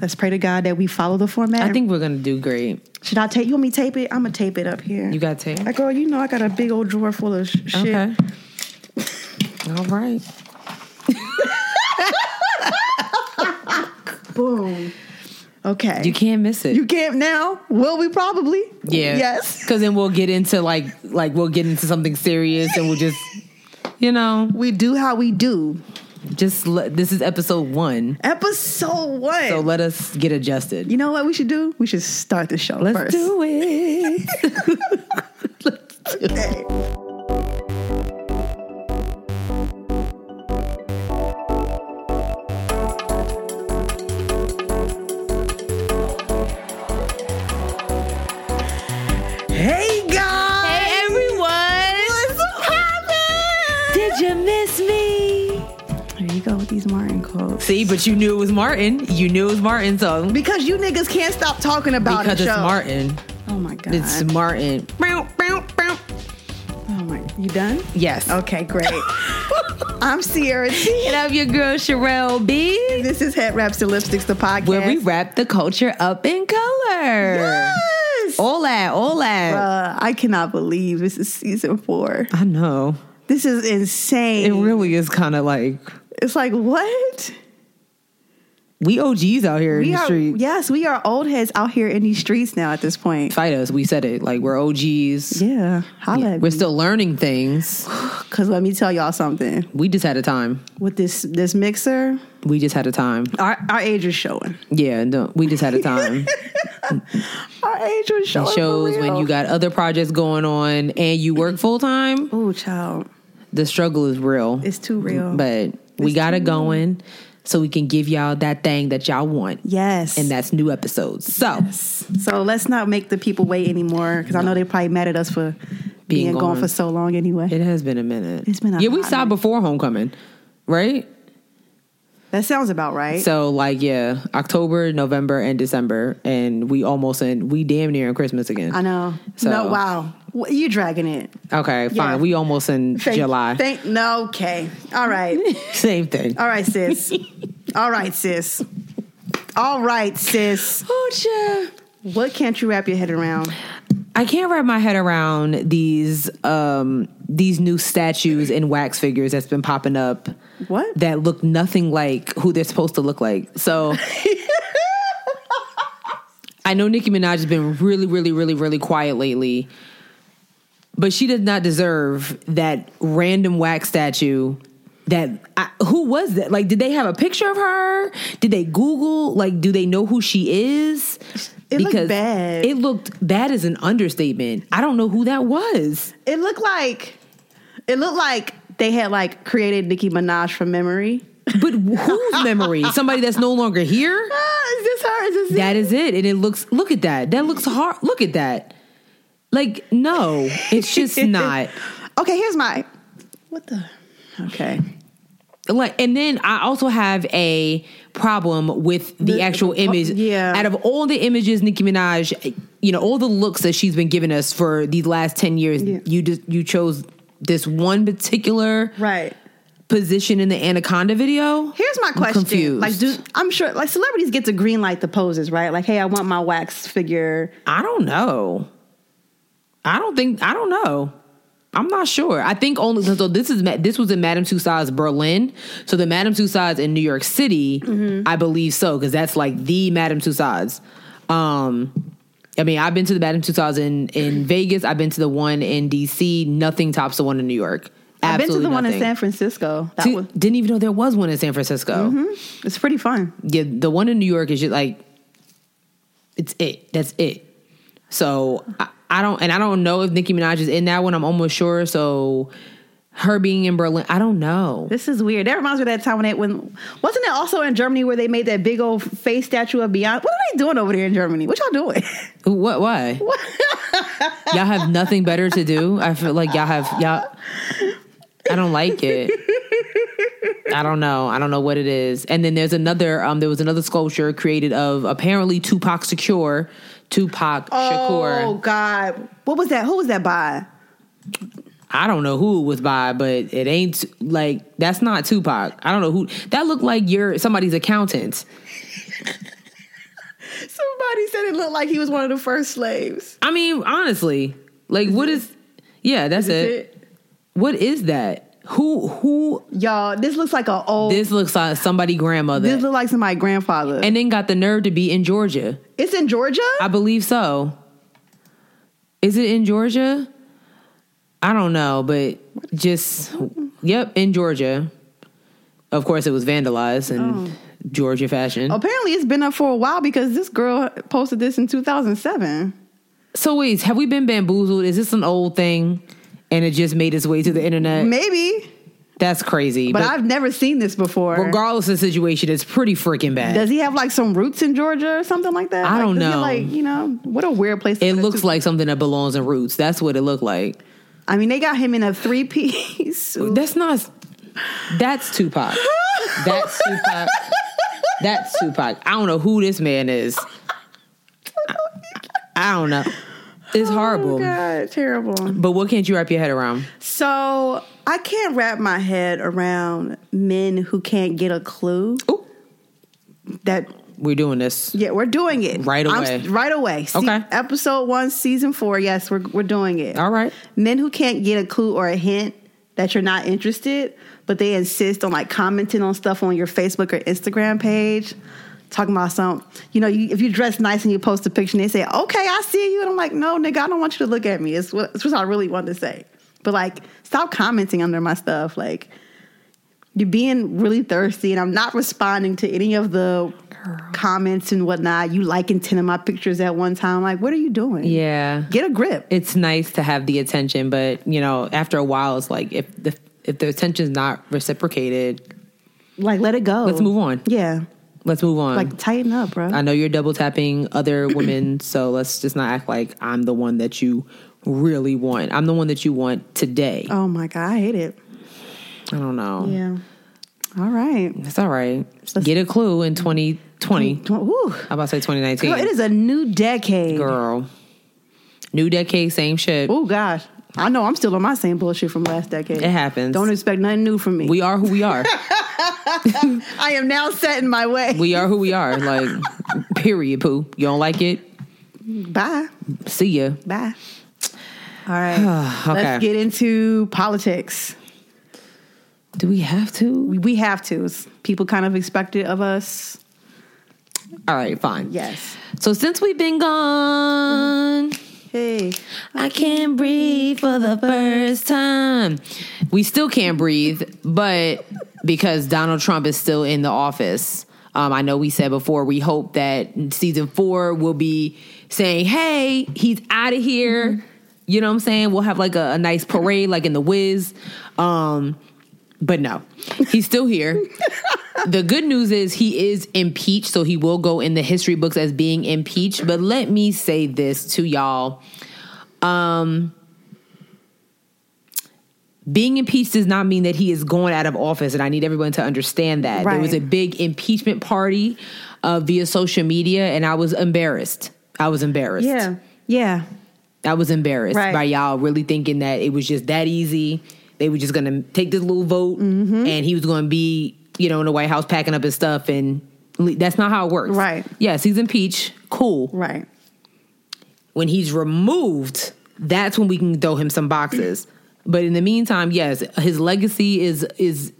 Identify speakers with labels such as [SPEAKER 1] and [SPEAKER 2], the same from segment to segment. [SPEAKER 1] Let's pray to God that we follow the format.
[SPEAKER 2] I think we're gonna do great.
[SPEAKER 1] Should I tape? You want me to tape it? I'm gonna tape it up here.
[SPEAKER 2] You got tape.
[SPEAKER 1] Like, girl, you know I got a big old drawer full of sh- shit.
[SPEAKER 2] Okay. All right.
[SPEAKER 1] Boom. Okay.
[SPEAKER 2] You can't miss it.
[SPEAKER 1] You can't now. Will we probably?
[SPEAKER 2] yeah.
[SPEAKER 1] Yes.
[SPEAKER 2] Because then we'll get into like like we'll get into something serious and we'll just you know
[SPEAKER 1] We do how we do.
[SPEAKER 2] just let, this is episode one.
[SPEAKER 1] Episode one.
[SPEAKER 2] So let us get adjusted.
[SPEAKER 1] you know what we should do? We should start the show
[SPEAKER 2] Let's
[SPEAKER 1] first.
[SPEAKER 2] do it.
[SPEAKER 1] Okay. Hey guys!
[SPEAKER 2] Hey everyone. Did you miss me?
[SPEAKER 1] There you go with these Martin quotes.
[SPEAKER 2] See, but you knew it was Martin. You knew it was Martin, so
[SPEAKER 1] Because you niggas can't stop talking about
[SPEAKER 2] because
[SPEAKER 1] the
[SPEAKER 2] it's
[SPEAKER 1] show.
[SPEAKER 2] Martin.
[SPEAKER 1] Oh my god.
[SPEAKER 2] It's Martin.
[SPEAKER 1] oh my. You done?
[SPEAKER 2] Yes.
[SPEAKER 1] Okay, great. I'm Sierra T.
[SPEAKER 2] And I'm your girl Sherelle B.
[SPEAKER 1] This is Head Wraps and Lipsticks, the podcast.
[SPEAKER 2] where we wrap the culture up in color.
[SPEAKER 1] Yes.
[SPEAKER 2] All that, all that.
[SPEAKER 1] Uh, I cannot believe this is season four.
[SPEAKER 2] I know.
[SPEAKER 1] This is insane.
[SPEAKER 2] It really is kind of like
[SPEAKER 1] it's like what?
[SPEAKER 2] we OGs out here in the
[SPEAKER 1] are
[SPEAKER 2] street.
[SPEAKER 1] yes, we are old heads out here in these streets now. At this point,
[SPEAKER 2] Fight us. We said it. Like we're OGs.
[SPEAKER 1] yeah, holla at
[SPEAKER 2] We're still learning things.
[SPEAKER 1] Because let me tell y'all something.
[SPEAKER 2] We just had a time.
[SPEAKER 1] With this this mixer,
[SPEAKER 2] We just had a time.
[SPEAKER 1] our our age is showing.
[SPEAKER 2] Yeah, no, we just had a time.
[SPEAKER 1] Our age was showing.
[SPEAKER 2] Mm-hmm. it
[SPEAKER 1] for
[SPEAKER 2] shows when
[SPEAKER 1] real.
[SPEAKER 2] you got other projects going on and you work full time.
[SPEAKER 1] Ooh, child,
[SPEAKER 2] The struggle is real.
[SPEAKER 1] it's too real.
[SPEAKER 2] but we
[SPEAKER 1] It's
[SPEAKER 2] got
[SPEAKER 1] too
[SPEAKER 2] it going so we can give y'all that thing that y'all want.
[SPEAKER 1] yes,
[SPEAKER 2] And that's new episodes. So
[SPEAKER 1] So let's not make the people wait anymore because I know they're probably mad at us for being,
[SPEAKER 2] Being
[SPEAKER 1] gone.
[SPEAKER 2] gone.
[SPEAKER 1] for so long anyway.
[SPEAKER 2] It has been a minute.
[SPEAKER 1] It's been a
[SPEAKER 2] yeah. We
[SPEAKER 1] hot
[SPEAKER 2] saw
[SPEAKER 1] minute.
[SPEAKER 2] before homecoming, right?
[SPEAKER 1] that sounds about right.
[SPEAKER 2] So like yeah, October, November, and December, and we almost in we damn near in Christmas again.
[SPEAKER 1] I know.
[SPEAKER 2] So-
[SPEAKER 1] no, wow. Wh- You dragging it.
[SPEAKER 2] Okay,
[SPEAKER 1] Yeah.
[SPEAKER 2] fine. We almost in
[SPEAKER 1] Thank-
[SPEAKER 2] July.
[SPEAKER 1] Thank, Uh, no, okay. All right.
[SPEAKER 2] Same thing.
[SPEAKER 1] All right, sis. All right, sis. All right, sis.
[SPEAKER 2] Oh,
[SPEAKER 1] What can't you wrap your head around?
[SPEAKER 2] I can't wrap my head around these um these new statues and wax figures that's been popping up
[SPEAKER 1] What?
[SPEAKER 2] that look nothing like who they're supposed to look like. So I know Nicki Minaj has been really, really, really, really quiet lately, but she does not deserve that random wax statue. That I, who was that? Like, did they have a picture of her? Did they Google? Like, do they know who she is?
[SPEAKER 1] It looked bad.
[SPEAKER 2] It looked bad as an understatement. I don't know who that was.
[SPEAKER 1] It looked like it looked like they had like created Nicki Minaj from memory.
[SPEAKER 2] But whose memory? Somebody that's no longer here.
[SPEAKER 1] Ah, is this her? Is this it?
[SPEAKER 2] That is it. And it looks look at that. That looks hard. Look at that. Like, no, it's just not.
[SPEAKER 1] Okay, here's my. What the? Okay.
[SPEAKER 2] Like and then I also have a problem with the,
[SPEAKER 1] The- oh,
[SPEAKER 2] actual image.
[SPEAKER 1] yeah.
[SPEAKER 2] Out of all the images Nicki Minaj, you know, all the looks that she's been giving us for these last 10 years,
[SPEAKER 1] Yeah.
[SPEAKER 2] you just you chose this one particular
[SPEAKER 1] Right.
[SPEAKER 2] position in the Anaconda video.
[SPEAKER 1] Here's my
[SPEAKER 2] I'm
[SPEAKER 1] question.
[SPEAKER 2] confused.
[SPEAKER 1] Like, do I'm sure like celebrities get to green light the poses, right? Like, hey, I want my wax figure.
[SPEAKER 2] I don't know. I don't think I don't know. I'm not sure. I think only so this is ma- this was in Madame Tussauds Berlin. So the Madame Tussauds in New York City,
[SPEAKER 1] Mm-hmm.
[SPEAKER 2] I believe so because that's like the Madame Tussauds. Um, I mean, I've been to the Madame Tussauds in in Vegas. I've been to the one in DC. Nothing tops the one in New York.
[SPEAKER 1] I've been to the
[SPEAKER 2] Absolutely
[SPEAKER 1] one in
[SPEAKER 2] nothing.
[SPEAKER 1] San Francisco. That
[SPEAKER 2] See,
[SPEAKER 1] was mm-hmm,
[SPEAKER 2] Didn't even know there was one in San Francisco.
[SPEAKER 1] it's pretty fun.
[SPEAKER 2] Yeah, the one in New York is just like it's it. That's it. So I, I don't, and I don't know if Nicki Minaj is in that one. I'm almost sure. So her being in Berlin, I don't know.
[SPEAKER 1] This is weird. That reminds me of that time when they when wasn't it also in Germany where they made that big old face statue of Beyonce? What are they doing over there in Germany? What y'all doing?
[SPEAKER 2] What? Why? y'all have nothing better to do. I feel like y'all have y'all. I don't like it. I don't know. I don't know what it is. And then there's another. Um, there was another sculpture created of apparently Tupac Secure, Tupac Shakur.
[SPEAKER 1] Oh God, what was that? Who was that by?
[SPEAKER 2] I don't know who it was by, but it ain't like that's not Tupac. I don't know who that looked like. You're somebody's accountant.
[SPEAKER 1] Somebody said it looked like he was one of the first slaves.
[SPEAKER 2] I mean, honestly, like, what is? Yeah, that's
[SPEAKER 1] Is
[SPEAKER 2] it. What is that? Who? Who?
[SPEAKER 1] Y'all, this looks like a old. This,
[SPEAKER 2] This looks like somebody grandmother,
[SPEAKER 1] look looks like somebody's grandfather.
[SPEAKER 2] and then got the nerve to be in Georgia.
[SPEAKER 1] it's in Georgia.
[SPEAKER 2] I believe so. Is it in Georgia? I don't know, but just yep, in Georgia. Of course, it was vandalized in Georgia fashion.
[SPEAKER 1] Apparently, it's been up for a while because this girl posted this in 2007.
[SPEAKER 2] So wait, have we been bamboozled? Is this an old thing, and it just made its way to the internet?
[SPEAKER 1] Maybe,
[SPEAKER 2] That's crazy.
[SPEAKER 1] but
[SPEAKER 2] But,
[SPEAKER 1] I've never seen this before.
[SPEAKER 2] regardless of the situation, it's pretty freaking bad.
[SPEAKER 1] does he have like some roots in Georgia or something like that?
[SPEAKER 2] I
[SPEAKER 1] Like,
[SPEAKER 2] don't
[SPEAKER 1] does he,
[SPEAKER 2] know.
[SPEAKER 1] like you know, what a weird place. to
[SPEAKER 2] it
[SPEAKER 1] put a
[SPEAKER 2] looks
[SPEAKER 1] two-
[SPEAKER 2] like something that belongs in Roots. That's what it looked like.
[SPEAKER 1] I mean, they got him in a three piece suit.
[SPEAKER 2] That's not. That's Tupac. That's Tupac. That's Tupac. I don't know who this man is. I- I don't know. It's
[SPEAKER 1] Oh,
[SPEAKER 2] horrible.
[SPEAKER 1] God, terrible.
[SPEAKER 2] but what can't you wrap your head around?
[SPEAKER 1] So I can't wrap my head around men who can't get a clue
[SPEAKER 2] Ooh,
[SPEAKER 1] that
[SPEAKER 2] we're doing this.
[SPEAKER 1] yeah, we're doing it
[SPEAKER 2] Right
[SPEAKER 1] I'm-
[SPEAKER 2] away.
[SPEAKER 1] right away. Se-
[SPEAKER 2] Okay.
[SPEAKER 1] Episode one, season four. Yes, we're we're doing it.
[SPEAKER 2] All right.
[SPEAKER 1] Men who can't get a clue or a hint that you're not interested, but they insist on like commenting on stuff on your Facebook or Instagram page. Talking about some, you know, you, if you dress nice and you post a picture and they say, okay, I see you. And I'm like, no, nigga, I don't want you to look at me. It's what, it's what I really wanted to say. But like, stop commenting under my stuff. Like, you're being really thirsty and I'm not responding to any of the comments and whatnot. You liking 10 of my pictures at one time. Like, what are you doing?
[SPEAKER 2] Yeah.
[SPEAKER 1] Get a grip.
[SPEAKER 2] It's nice to have the attention, but you know, after a while, it's like if the if the attention's not reciprocated,
[SPEAKER 1] Like, let it go.
[SPEAKER 2] let's move on.
[SPEAKER 1] Yeah.
[SPEAKER 2] Let's move on.
[SPEAKER 1] Like, tighten up, bro.
[SPEAKER 2] I know you're double tapping other women, so let's just not act like I'm the one that you really want. I'm the one that you want today.
[SPEAKER 1] oh my God, I hate it.
[SPEAKER 2] I don't know.
[SPEAKER 1] Yeah. All right.
[SPEAKER 2] It's all right. Get a clue in 2020.
[SPEAKER 1] Whew.
[SPEAKER 2] I'm about to say 2019.
[SPEAKER 1] Girl, it is a new decade.
[SPEAKER 2] Girl. New decade, same shit.
[SPEAKER 1] Oh gosh. I know I'm still on my same bullshit from last decade.
[SPEAKER 2] It happens.
[SPEAKER 1] Don't expect nothing new from me.
[SPEAKER 2] we are who we are.
[SPEAKER 1] I am now set in my way.
[SPEAKER 2] we are who we are. Like, period, poo. You don't like it?
[SPEAKER 1] Bye.
[SPEAKER 2] See ya.
[SPEAKER 1] Bye. All right.
[SPEAKER 2] Okay.
[SPEAKER 1] Let's get into politics.
[SPEAKER 2] Do we have to?
[SPEAKER 1] We have to. It's- People kind of expect it of us.
[SPEAKER 2] All right, fine.
[SPEAKER 1] Yes.
[SPEAKER 2] So since we've been gone.
[SPEAKER 1] Hey.
[SPEAKER 2] I can't breathe for the first time. We still can't breathe, but because Donald Trump is still in the office, um, I know we said before, we hope that season four will be saying, hey, he's out of here. You know what I'm saying? We'll have like a, a nice parade, like in The Wiz. Um, but no, he's still here. the good news is he is impeached, so he will go in the history books as being impeached. But let me say this to y'all. Um, being impeached does not mean that he is going out of office, and I need everyone to understand that. There was a
[SPEAKER 1] Right.
[SPEAKER 2] big impeachment party uh, via social media, and I was embarrassed. I was embarrassed.
[SPEAKER 1] Yeah. Yeah.
[SPEAKER 2] I was embarrassed
[SPEAKER 1] Right.
[SPEAKER 2] by y'all really thinking that it was just that easy. They were just gonna take this little vote,
[SPEAKER 1] Mm-hmm.
[SPEAKER 2] and he was gonna be, you know, in the White House packing up his stuff, and le- that's not how it works.
[SPEAKER 1] Right.
[SPEAKER 2] Yes, he's impeached. Cool.
[SPEAKER 1] Right.
[SPEAKER 2] When he's removed, that's when we can throw him some boxes. but in the meantime, yes, his legacy is is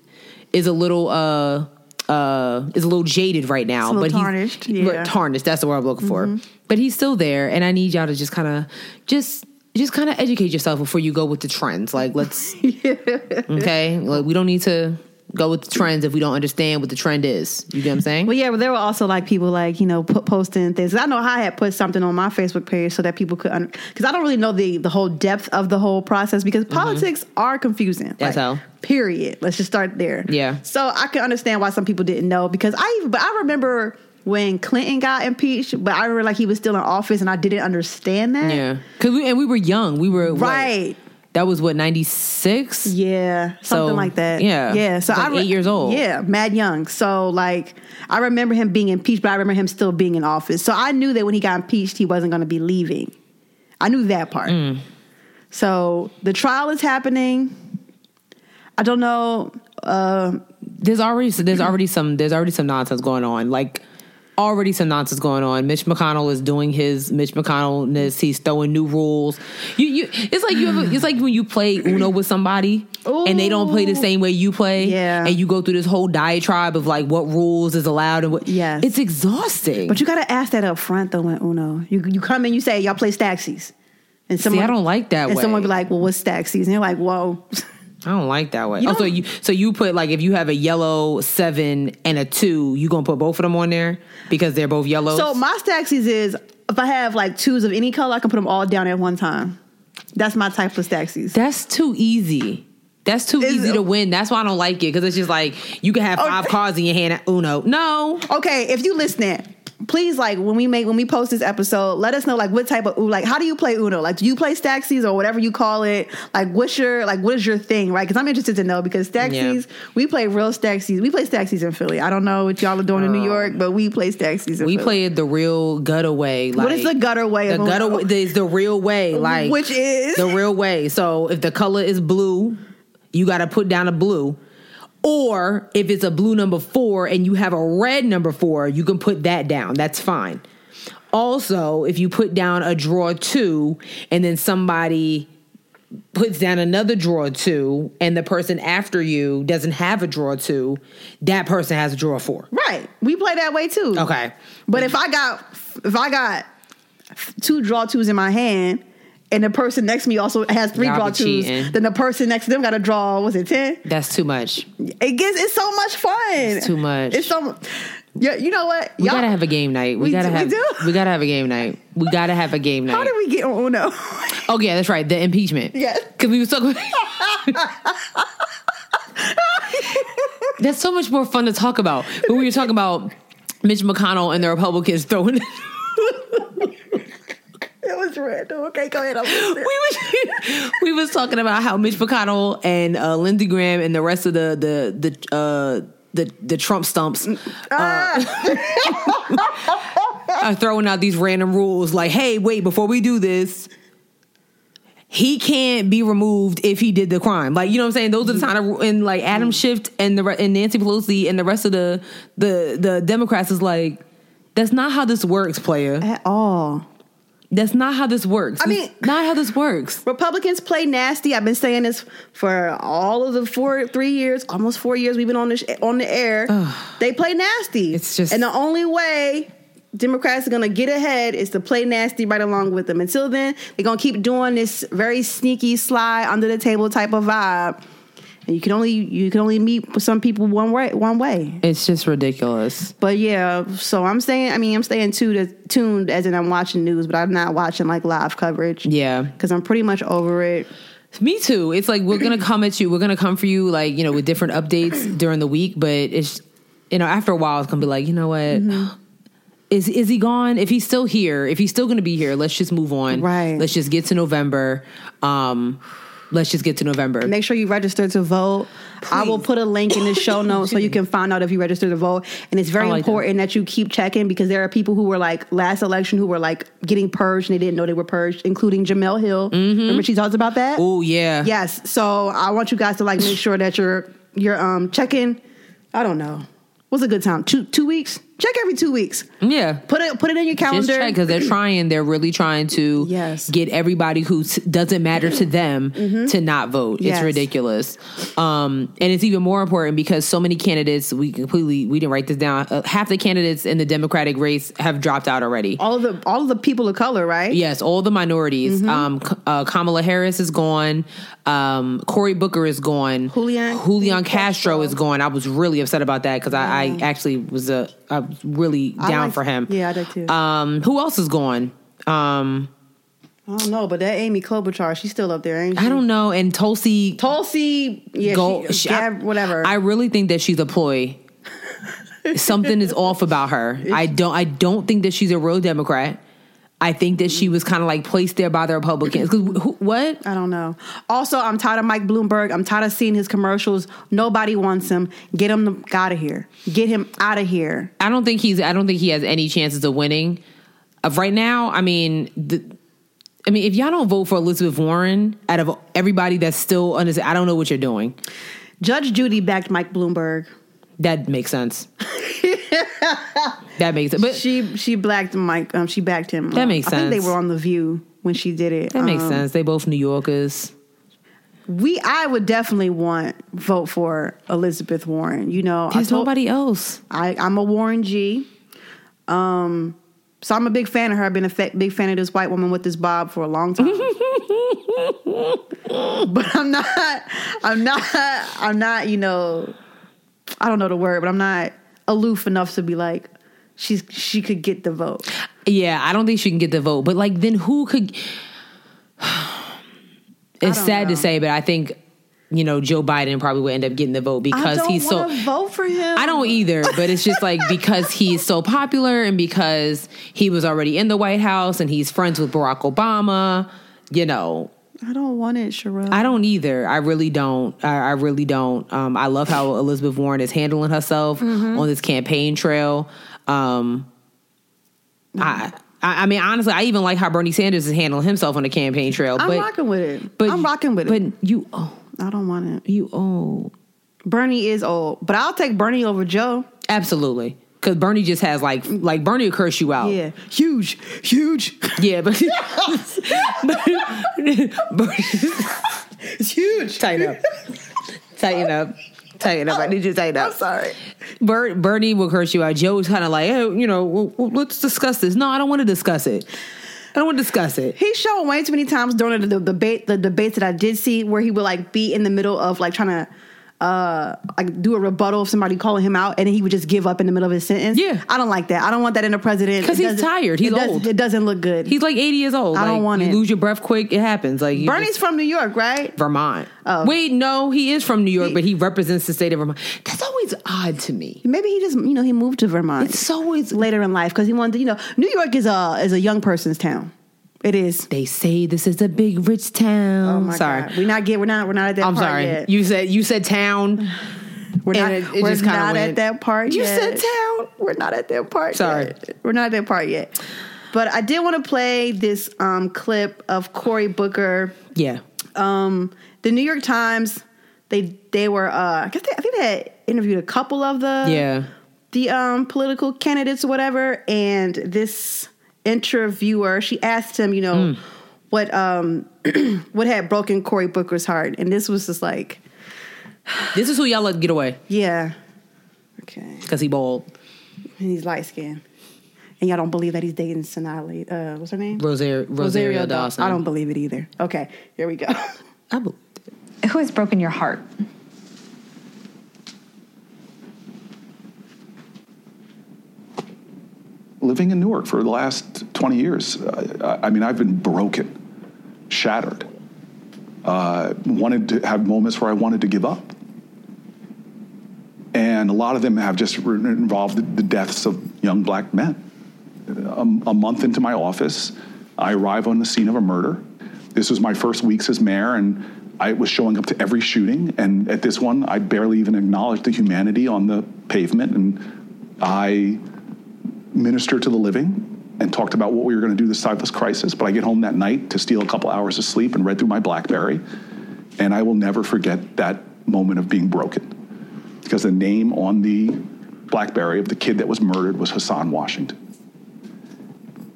[SPEAKER 2] is a little uh uh is a little jaded right now.
[SPEAKER 1] little
[SPEAKER 2] but he's-
[SPEAKER 1] tarnished,
[SPEAKER 2] he-
[SPEAKER 1] yeah. Mm-hmm.
[SPEAKER 2] tarnished. That's the word I'm looking for. But he's still there, and I need y'all to just kind of just just kind of educate yourself before you go with the trends. Like let's okay, like we don't need to go with the trends if we don't understand what the trend is. You get what I'm saying?
[SPEAKER 1] Well, yeah, but there were also like people like you know put, posting things. I know I had put something on my Facebook page so that people could because I don't really know the the whole depth of the whole process because politics are confusing.
[SPEAKER 2] Mm-hmm. That's
[SPEAKER 1] like,
[SPEAKER 2] all.
[SPEAKER 1] Period. Let's just start there.
[SPEAKER 2] Yeah.
[SPEAKER 1] So I can understand why some people didn't know because I even- but I remember when Clinton got impeached, but I remember like he was still in office and I didn't understand that.
[SPEAKER 2] Yeah, because we and we were young. We were what?
[SPEAKER 1] Right.
[SPEAKER 2] that was what 96.
[SPEAKER 1] Yeah, something
[SPEAKER 2] So,
[SPEAKER 1] like that.
[SPEAKER 2] yeah.
[SPEAKER 1] yeah. So
[SPEAKER 2] He's like
[SPEAKER 1] I re-
[SPEAKER 2] eight years old.
[SPEAKER 1] Yeah, mad young. So like, I remember him being impeached, but I remember him still being in office. So I knew that when he got impeached, he wasn't going to be leaving. I knew that part.
[SPEAKER 2] Mm.
[SPEAKER 1] So the trial is happening. I don't know. Uh,
[SPEAKER 2] There's already there's already some there's already some nonsense going on. Like already some nonsense going on. Mitch McConnell is doing his Mitch McConnellness. He's throwing new rules. You, you it's like you have a, it's like when you play Uno with somebody and they don't play the
[SPEAKER 1] Ooh.
[SPEAKER 2] same way you play.
[SPEAKER 1] Yeah.
[SPEAKER 2] and you go through this whole diatribe of like what rules is allowed and what.
[SPEAKER 1] Yes.
[SPEAKER 2] it's exhausting.
[SPEAKER 1] But you gotta ask that up front though in Uno. You you come in, you say y'all play Staxies. And someone
[SPEAKER 2] I don't like that
[SPEAKER 1] And
[SPEAKER 2] way.
[SPEAKER 1] someone be like, Well, what's Staxies? And you're like, Whoa.
[SPEAKER 2] I don't like that way.
[SPEAKER 1] You
[SPEAKER 2] oh, so
[SPEAKER 1] don't-
[SPEAKER 2] you so you put like if you have a yellow seven and a two, you gonna put both of them on there because they're both yellows.
[SPEAKER 1] So my Staxies is if I have like twos of any color, I can put them all down at one time. That's my type of Staxies.
[SPEAKER 2] That's too easy. That's too
[SPEAKER 1] Is-
[SPEAKER 2] easy to win. That's why I don't like it because it's just like you can have
[SPEAKER 1] Oh,
[SPEAKER 2] five cards in your hand at Uno. No,
[SPEAKER 1] Okay, if you listening, please like when we make when we post this episode, let us know like what type of like how do you play Uno? Like do you play Staxies or whatever you call it? Like what's your like what is your thing, right? Because I'm interested to know because Staxies, we play real Staxies. We play Staxies in Philly. I don't know what y'all are doing in New York, but we play Staxies. In
[SPEAKER 2] Uh, we
[SPEAKER 1] Philly.
[SPEAKER 2] play it the real gutter way. Like,
[SPEAKER 1] What is the gutter way?
[SPEAKER 2] The
[SPEAKER 1] of Uno?
[SPEAKER 2] gutter way is the real way. Like
[SPEAKER 1] Which is-
[SPEAKER 2] the real way. So if the color is blue, you got to put down a blue. Or if it's a blue number four and you have a red number four, you can put that down. That's fine. Also, if you put down a draw two and then somebody puts down another draw two and the person after you doesn't have a draw two, that person has a draw four.
[SPEAKER 1] Right. We play that way too.
[SPEAKER 2] Okay.
[SPEAKER 1] But if I got if I got two draw twos in my hand and the person next to me also has 3
[SPEAKER 2] Y'all
[SPEAKER 1] draw
[SPEAKER 2] be
[SPEAKER 1] twos,
[SPEAKER 2] cheating.
[SPEAKER 1] then the person next to them got to draw was it 10?
[SPEAKER 2] That's too much.
[SPEAKER 1] It gets it's so much fun. It's
[SPEAKER 2] too much.
[SPEAKER 1] It's so yeah, you know what?
[SPEAKER 2] We gotta have a game night. We,
[SPEAKER 1] We
[SPEAKER 2] gotta
[SPEAKER 1] do- we
[SPEAKER 2] have.
[SPEAKER 1] do.
[SPEAKER 2] We, gotta have a game night. We gotta have a game
[SPEAKER 1] How
[SPEAKER 2] night.
[SPEAKER 1] did we get on Uno?
[SPEAKER 2] oh yeah, that's right. The impeachment.
[SPEAKER 1] Yes.
[SPEAKER 2] because we was talking. that's so much more fun to talk about. But we were talking about Mitch McConnell and the Republicans throwing.
[SPEAKER 1] it was random. Okay, go ahead. I'm listening.
[SPEAKER 2] we was we was talking about how Mitch McConnell and uh, Lindsey Graham and the rest of the the the uh, the, the Trump stumps
[SPEAKER 1] Ah,
[SPEAKER 2] are throwing out these random rules like, hey, wait, before we do this, he can't be removed if he did the crime. Like, you know what I'm saying? Those are the kind of ru- and like Adam Schiff and the re- and Nancy Pelosi and the rest of the the the Democrats is like, that's not how this works, player.
[SPEAKER 1] at all.
[SPEAKER 2] That's not how this works.
[SPEAKER 1] I mean-
[SPEAKER 2] It's not how this works.
[SPEAKER 1] Republicans play nasty. I've been saying this for all of the four, three years, almost four years we've been on this on the air. they play nasty.
[SPEAKER 2] It's just-
[SPEAKER 1] and the only way Democrats are gonna get ahead is to play nasty right along with them. Until then, they're gonna keep doing this very sneaky, sly, under the table type of vibe. And you can only you can only meet with some people one way one way.
[SPEAKER 2] It's just ridiculous.
[SPEAKER 1] But yeah, so I'm staying. I mean, I'm staying tuned, tuned as in I'm watching news, but I'm not watching like live coverage.
[SPEAKER 2] Yeah.
[SPEAKER 1] because I'm pretty much over it.
[SPEAKER 2] Me too. It's like we're gonna come at you. We're gonna come for you, like you know, with different updates during the week. But it's you know, after a while, it's gonna be like, you know what? Is is he gone? If he's still here, if he's still gonna be here, let's just move on.
[SPEAKER 1] Right.
[SPEAKER 2] Let's just get to November. Um, let's just get to November.
[SPEAKER 1] Make sure you register to vote. I will
[SPEAKER 2] Please.
[SPEAKER 1] put a link in the show notes so you can find out if you register to vote. And it's very
[SPEAKER 2] I like that.
[SPEAKER 1] important that. you keep checking because there are people who were like last election who were like getting purged and they didn't know they were purged, including Jamel Hill.
[SPEAKER 2] Mm-hmm.
[SPEAKER 1] Remember she talked about that?
[SPEAKER 2] Oh yeah.
[SPEAKER 1] Yes. So I want you guys to like make sure that you're you're um checking. I don't know. What's a good time? Two two weeks? Check every two weeks.
[SPEAKER 2] Yeah.
[SPEAKER 1] Put it put it in your
[SPEAKER 2] Just
[SPEAKER 1] calendar.
[SPEAKER 2] check because they're trying. They're really trying to
[SPEAKER 1] Yes. Mm-hmm.
[SPEAKER 2] get everybody who s- doesn't matter to them to not vote.
[SPEAKER 1] Yes.
[SPEAKER 2] It's ridiculous, um, and it's even more important because so many candidates. We completely we didn't write this down. Uh, half the candidates in the Democratic race have dropped out already.
[SPEAKER 1] all of the all of the people of color, right?
[SPEAKER 2] Yes, all the minorities.
[SPEAKER 1] Mm-hmm.
[SPEAKER 2] Um, K- uh, Kamala Harris is gone. Um, Cory Booker is gone.
[SPEAKER 1] Julian-
[SPEAKER 2] Julian
[SPEAKER 1] Castro.
[SPEAKER 2] Castro is gone. I was really upset about that because I, I actually was uh, I was really
[SPEAKER 1] I
[SPEAKER 2] down
[SPEAKER 1] like-
[SPEAKER 2] for him.
[SPEAKER 1] Yeah, I did too.
[SPEAKER 2] Um, who else is gone? Um,
[SPEAKER 1] I don't know, but that Amy Klobuchar, she's still up there, ain't she?
[SPEAKER 2] I don't know. And Tulsi,
[SPEAKER 1] Tulsi, yeah,
[SPEAKER 2] Go-
[SPEAKER 1] she, uh,
[SPEAKER 2] she-
[SPEAKER 1] Gab- whatever.
[SPEAKER 2] I really think that she's a ploy. Something is off about her. I don't. I don't think that she's a real Democrat. I think that she was kind of like placed there by the Republicans. 'Cause who, what?
[SPEAKER 1] I don't know. Also, I'm tired of Mike Bloomberg. I'm tired of seeing his commercials. Nobody wants him. Get him the, out of here. Get him out of here.
[SPEAKER 2] I don't think he's. I don't think he has any chances of winning. Of right now, I mean, the, I mean, if y'all don't vote for Elizabeth Warren, out of everybody that's still under, I don't know what you're doing.
[SPEAKER 1] Judge Judy backed Mike Bloomberg.
[SPEAKER 2] That makes sense. that makes it. But
[SPEAKER 1] she she blacked Mike. Um, she backed him.
[SPEAKER 2] That makes
[SPEAKER 1] I think they
[SPEAKER 2] sense.
[SPEAKER 1] were on the View when she did it.
[SPEAKER 2] that makes
[SPEAKER 1] Um,
[SPEAKER 2] sense. They both New Yorkers.
[SPEAKER 1] We I would definitely want vote for Elizabeth Warren. You know, I
[SPEAKER 2] There's
[SPEAKER 1] told,
[SPEAKER 2] nobody else.
[SPEAKER 1] I, I'm a Warren G. Um, so I'm a big fan of her. I've been a fa- big fan of this white woman with this bob for a long time. but I'm not. I'm not. I'm not. You know, I don't know the word, but I'm not aloof enough to be like she's she could get the vote.
[SPEAKER 2] Yeah, I don't think she can get the vote. But like, then who could? It's
[SPEAKER 1] don't
[SPEAKER 2] sad
[SPEAKER 1] know.
[SPEAKER 2] to say, but I think you know Joe Biden probably would end up getting the vote
[SPEAKER 1] I
[SPEAKER 2] because
[SPEAKER 1] don't
[SPEAKER 2] he's so.
[SPEAKER 1] wanna vote for him.
[SPEAKER 2] I don't either, but it's just like because he's so popular and because he was already in the White House and he's friends with Barack Obama. You know,
[SPEAKER 1] I don't want it, Sherelle.
[SPEAKER 2] I don't either. I really don't. I, I really don't. Um, I love how Elizabeth Warren is handling herself
[SPEAKER 1] Mm-hmm.
[SPEAKER 2] on this campaign trail. Um, I, I, I mean, honestly, I even like how Bernie Sanders is handling himself on the campaign trail.
[SPEAKER 1] I'm
[SPEAKER 2] but,
[SPEAKER 1] rocking with it.
[SPEAKER 2] but
[SPEAKER 1] I'm rocking with
[SPEAKER 2] but
[SPEAKER 1] it.
[SPEAKER 2] you, oh,
[SPEAKER 1] I don't want it.
[SPEAKER 2] you, oh,
[SPEAKER 1] Bernie is old, but I'll take Bernie over Joe.
[SPEAKER 2] absolutely. Because Bernie just has like, like Bernie will curse you out.
[SPEAKER 1] Yeah, huge, huge.
[SPEAKER 2] yeah, but
[SPEAKER 1] It's huge.
[SPEAKER 2] tighten up, tighten up, tighten up. I need you to tighten up.
[SPEAKER 1] I'm sorry.
[SPEAKER 2] Ber- Bernie will curse you out. Joe is kind of like, oh, you know, well, well, let's discuss this. No, I don't want to discuss it. I don't want to discuss it.
[SPEAKER 1] He showed way too many times during the, the debate, the debates that I did see, where he would like be in the middle of like trying to. Uh, like do a rebuttal of somebody calling him out, and he would just give up in the middle of his sentence.
[SPEAKER 2] Yeah.
[SPEAKER 1] I don't like that. I don't want that in a president
[SPEAKER 2] 'Cause
[SPEAKER 1] It
[SPEAKER 2] he's
[SPEAKER 1] doesn't-
[SPEAKER 2] tired. He's
[SPEAKER 1] it does-
[SPEAKER 2] old.
[SPEAKER 1] It doesn't look good.
[SPEAKER 2] He's like 80 years old.
[SPEAKER 1] I don't
[SPEAKER 2] Like,
[SPEAKER 1] want
[SPEAKER 2] you
[SPEAKER 1] it.
[SPEAKER 2] Lose your breath quick. It happens. Like you
[SPEAKER 1] Bernie's
[SPEAKER 2] just-
[SPEAKER 1] from New York, right?
[SPEAKER 2] Vermont.
[SPEAKER 1] Oh.
[SPEAKER 2] Wait, no, he is from New York,
[SPEAKER 1] He-
[SPEAKER 2] but he represents the state of Vermont. That's always odd to me.
[SPEAKER 1] Maybe he just, you know, he moved to Vermont.
[SPEAKER 2] It's always
[SPEAKER 1] later in life because he wanted to, you know, New York is a is a young person's town. It is.
[SPEAKER 2] they say this is a big rich town.
[SPEAKER 1] Oh my
[SPEAKER 2] sorry.
[SPEAKER 1] god, we not get we're not we're not at that
[SPEAKER 2] I'm
[SPEAKER 1] part
[SPEAKER 2] sorry.
[SPEAKER 1] yet.
[SPEAKER 2] You said you said town.
[SPEAKER 1] we're not
[SPEAKER 2] and it- it
[SPEAKER 1] we're
[SPEAKER 2] just kinda
[SPEAKER 1] not at
[SPEAKER 2] went-
[SPEAKER 1] that part.
[SPEAKER 2] You
[SPEAKER 1] yet.
[SPEAKER 2] said town.
[SPEAKER 1] We're not at that part.
[SPEAKER 2] Sorry.
[SPEAKER 1] yet. we're not at that part yet. But I did want to play this um, clip of Cory Booker.
[SPEAKER 2] Yeah.
[SPEAKER 1] Um, the New York Times they they were uh, I guess they, I think they had interviewed a couple of the
[SPEAKER 2] Yeah.
[SPEAKER 1] the um, political candidates or whatever, and this interviewer she asked him, you know,
[SPEAKER 2] Hmm.
[SPEAKER 1] what um, what had broken Cory Booker's heart, and this was just like,
[SPEAKER 2] This is who y'all let get away
[SPEAKER 1] yeah, okay,
[SPEAKER 2] because he bald.
[SPEAKER 1] and he's light skinned and y'all don't believe that he's dating Sonali, uh, what's her name?
[SPEAKER 2] Rosario, Rosario,
[SPEAKER 1] Daw-
[SPEAKER 2] Dawson.
[SPEAKER 1] I don't believe it either. Okay, here we go.
[SPEAKER 2] I believe.
[SPEAKER 3] Who has broken your heart?
[SPEAKER 4] living in Newark for the last 20 years, I, I mean, I've been broken, shattered. Uh, wanted to have moments where I wanted to give up. And a lot of them have just re- involved the deaths of young black men. Um, a month into my office, I arrive on the scene of a murder. This was my first weeks as mayor, and I was showing up to every shooting. And at this one, I barely even acknowledged the humanity on the pavement. And I minister to the living and talked about what we were going to do this time of this crisis. But I get home that night to steal a couple hours of sleep and read through my BlackBerry, and I will never forget that moment of being broken because the name on the BlackBerry of the kid that was murdered was Hassan Washington.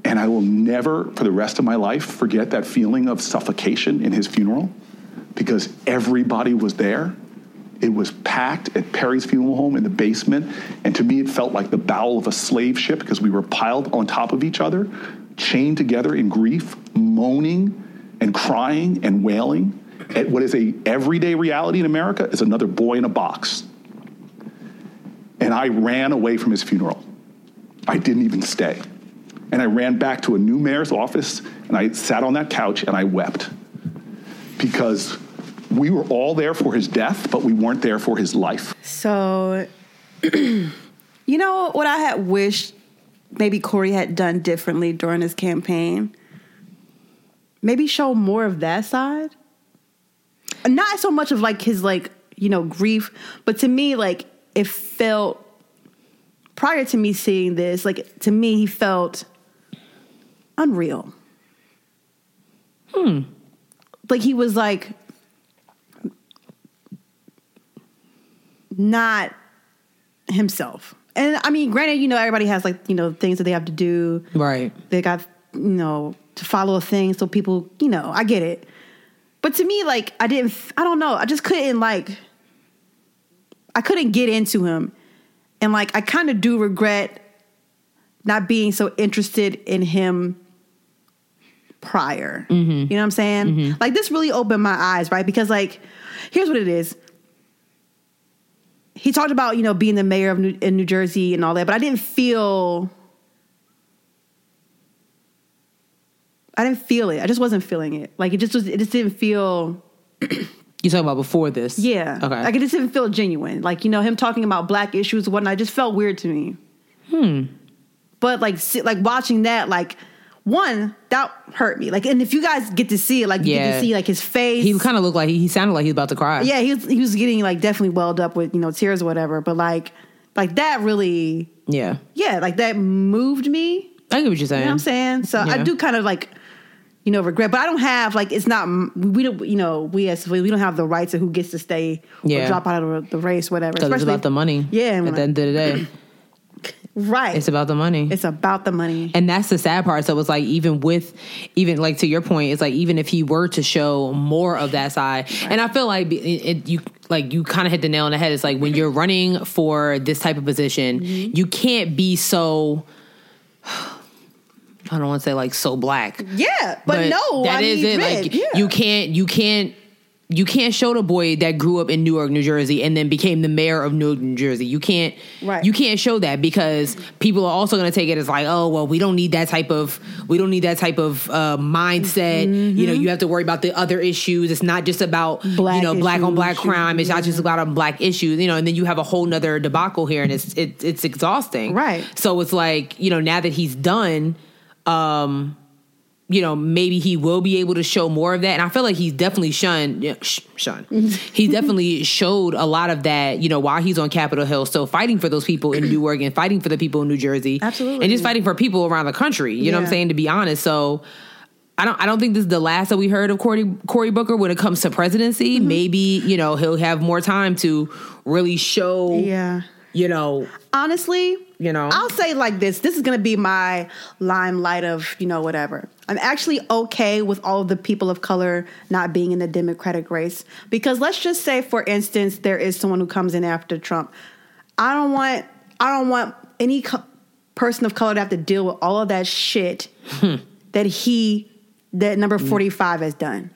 [SPEAKER 4] And I will never, for the rest of my life, forget that feeling of suffocation in his funeral because everybody was there. It was packed at Perry's funeral home in the basement. And to me, it felt like the bowel of a slave ship because we were piled on top of each other, chained together in grief, moaning and crying and wailing at what is a everyday reality in America is another boy in a box. And I ran away from his funeral. I didn't even stay. And I ran back to a new mayor's office and I sat on that couch and I wept because we were all there for his death, but we weren't there for his life.
[SPEAKER 1] So, you know what I had wished maybe Corey had done differently during his campaign? Maybe show more of that side. Not so much of like his like, you know, grief, but to me, like, it felt prior to me seeing this, like, to me, he felt unreal. Hmm. Like, he was like, not himself. And I mean, granted, you know, everybody has like, you know, things that they have to do.
[SPEAKER 2] Right.
[SPEAKER 1] They got, you know, to follow a thing. So people, you know, I get it. But to me, like, I didn't, f- I don't know. I just couldn't, like, I couldn't get into him. And like, I kind of do regret not being so interested in him prior. You know what I'm saying? Like, this really opened my eyes, right? Because, like, here's what it is he talked about you know being the mayor of New, in New Jersey and all that, but I didn't feel. I didn't feel it. I just wasn't feeling it. Like it just was. It just didn't feel.
[SPEAKER 2] You talking about before this?
[SPEAKER 1] Yeah.
[SPEAKER 2] Okay.
[SPEAKER 1] Like it just didn't feel genuine. Like you know him talking about black issues and whatnot. It just felt weird to me. Hmm. But like si- like watching that like. One that hurt me, like, and if you guys get to see it, like, you get
[SPEAKER 2] Yeah.
[SPEAKER 1] to see like his face.
[SPEAKER 2] he kind of looked like he, he sounded like he was about to cry.
[SPEAKER 1] yeah, he was he was getting like definitely welled up with you know tears or whatever. But like, like that really
[SPEAKER 2] Yeah.
[SPEAKER 1] yeah, like that moved me.
[SPEAKER 2] I get what you're
[SPEAKER 1] You
[SPEAKER 2] saying.
[SPEAKER 1] know what I'm saying? So I
[SPEAKER 2] Yeah.
[SPEAKER 1] do kind of like, you know, regret, but I don't have like it's not we don't you know we as we don't have the rights of who gets to stay or
[SPEAKER 2] Yeah.
[SPEAKER 1] drop out of the race, whatever.
[SPEAKER 2] Because it's
[SPEAKER 1] Especially-
[SPEAKER 2] about the money.
[SPEAKER 1] Yeah, and
[SPEAKER 2] At the
[SPEAKER 1] like-
[SPEAKER 2] end of the day,
[SPEAKER 1] right?
[SPEAKER 2] it's about the money.
[SPEAKER 1] it's about the money.
[SPEAKER 2] and that's the sad part. So it's like even with, even like to your point, it's like even if he were to show more of that side, and I feel like it, it, you like you kind of hit the nail on the head. It's like when you're running for this type of position,
[SPEAKER 1] Mm-hmm.
[SPEAKER 2] you can't be so. I don't want to say like so black,
[SPEAKER 1] Yeah, but, no,
[SPEAKER 2] that
[SPEAKER 1] I
[SPEAKER 2] is
[SPEAKER 1] mean,
[SPEAKER 2] it.
[SPEAKER 1] red,
[SPEAKER 2] Like
[SPEAKER 1] yeah.
[SPEAKER 2] you can't, you can't, you can't show the boy that grew up in Newark, New Jersey, and then became the mayor of Newark, New Jersey. You can't,
[SPEAKER 1] Right.
[SPEAKER 2] You can't show that because people are also going to take it as like, oh, well, we don't need that type of, we don't need that type of uh, mindset. You know, you have to worry about the other issues. It's not just about
[SPEAKER 1] Mm-hmm. Black
[SPEAKER 2] you know black on black
[SPEAKER 1] issues, Mm-hmm.
[SPEAKER 2] crime. It's not just about on black issues. You know, and then you have a whole nother debacle here, and it's it, it's exhausting.
[SPEAKER 1] Right.
[SPEAKER 2] So it's like you know now that he's done. Um, you know, maybe he will be able to show more of that. And I feel like he's definitely shunned, yeah, sh- shunned.
[SPEAKER 1] Mm-hmm.
[SPEAKER 2] he definitely showed a lot of that, you know, while he's on Capitol Hill. So fighting for those people in Newark and fighting for the people in New Jersey.
[SPEAKER 1] Absolutely.
[SPEAKER 2] And just fighting for people around the country. You know what I'm
[SPEAKER 1] Yeah.
[SPEAKER 2] saying? To be honest. So I don't I don't think this is the last that we heard of Cory Cory Booker when it comes to presidency.
[SPEAKER 1] Mm-hmm.
[SPEAKER 2] Maybe, you know, he'll have more time to really show
[SPEAKER 1] yeah.
[SPEAKER 2] you know
[SPEAKER 1] honestly,
[SPEAKER 2] You know?
[SPEAKER 1] I'll say like this: this is gonna be my limelight of you know whatever. I'm actually okay with all of the people of color not being in the Democratic race because let's just say, for instance, there is someone who comes in after Trump. I don't want I don't want any co- person of color to have to deal with all of that shit that he that number forty five has done.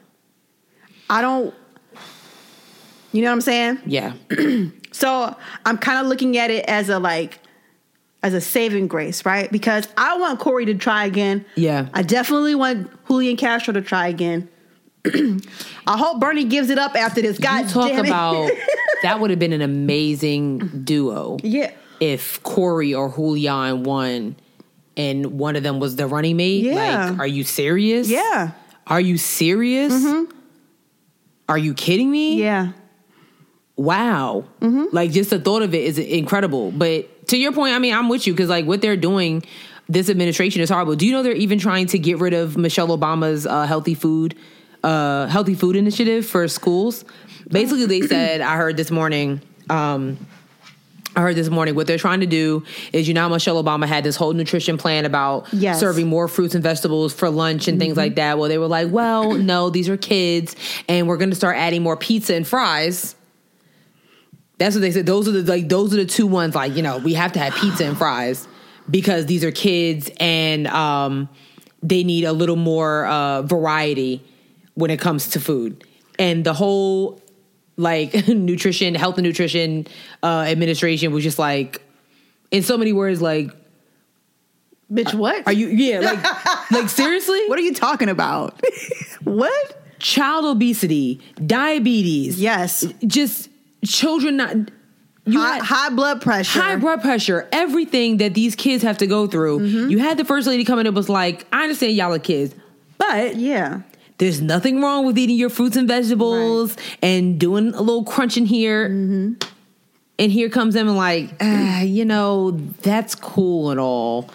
[SPEAKER 1] I don't. You know what I'm saying?
[SPEAKER 2] Yeah.
[SPEAKER 1] So I'm kind of looking at it as a like as a saving grace, right? Because I want Corey to try again.
[SPEAKER 2] Yeah.
[SPEAKER 1] I definitely want Julian Castro to try again. I hope Bernie gives it up after this. God
[SPEAKER 2] you talk
[SPEAKER 1] damn it.
[SPEAKER 2] about that would have been an amazing duo.
[SPEAKER 1] yeah.
[SPEAKER 2] if Corey or Julian won and one of them was the running mate.
[SPEAKER 1] Yeah.
[SPEAKER 2] Like, are you serious?
[SPEAKER 1] Yeah. Mm-hmm.
[SPEAKER 2] Are you serious? Are you kidding me?
[SPEAKER 1] Yeah.
[SPEAKER 2] Wow. Like, just the thought of it is incredible. But to your point, I mean, I'm with you because, like, what they're doing, this administration is horrible. Do you know they're even trying to get rid of Michelle Obama's uh, healthy food, uh, healthy food initiative for schools? Basically, they said, I heard this morning, um, I heard this morning what they're trying to do is you know how Michelle Obama had this whole nutrition plan about
[SPEAKER 1] Yes.
[SPEAKER 2] serving more fruits and vegetables for lunch and things like that. Well, they were like, well, no, these are kids, and we're going to start adding more pizza and fries. That's what they said. Those are the like those are the two ones. Like you know, we have to have pizza and fries because these are kids and um, they need a little more uh, variety when it comes to food. And the whole like nutrition, health and nutrition uh, administration was just like, in so many words, like,
[SPEAKER 1] Bitch, what?
[SPEAKER 2] Uh, are you yeah like like seriously?
[SPEAKER 1] What are you talking about? what?
[SPEAKER 2] Child obesity, diabetes,
[SPEAKER 1] Yes.
[SPEAKER 2] just children not. You
[SPEAKER 1] High,
[SPEAKER 2] had-
[SPEAKER 1] high blood pressure.
[SPEAKER 2] high blood pressure, everything that these kids have to go through.
[SPEAKER 1] Mm-hmm.
[SPEAKER 2] You had the first lady come in and was like, I understand y'all are kids, but
[SPEAKER 1] Yeah.
[SPEAKER 2] there's nothing wrong with eating your fruits and vegetables and doing a little crunching here.
[SPEAKER 1] Mm-hmm.
[SPEAKER 2] And here comes them and like, ah, you know, that's cool and all.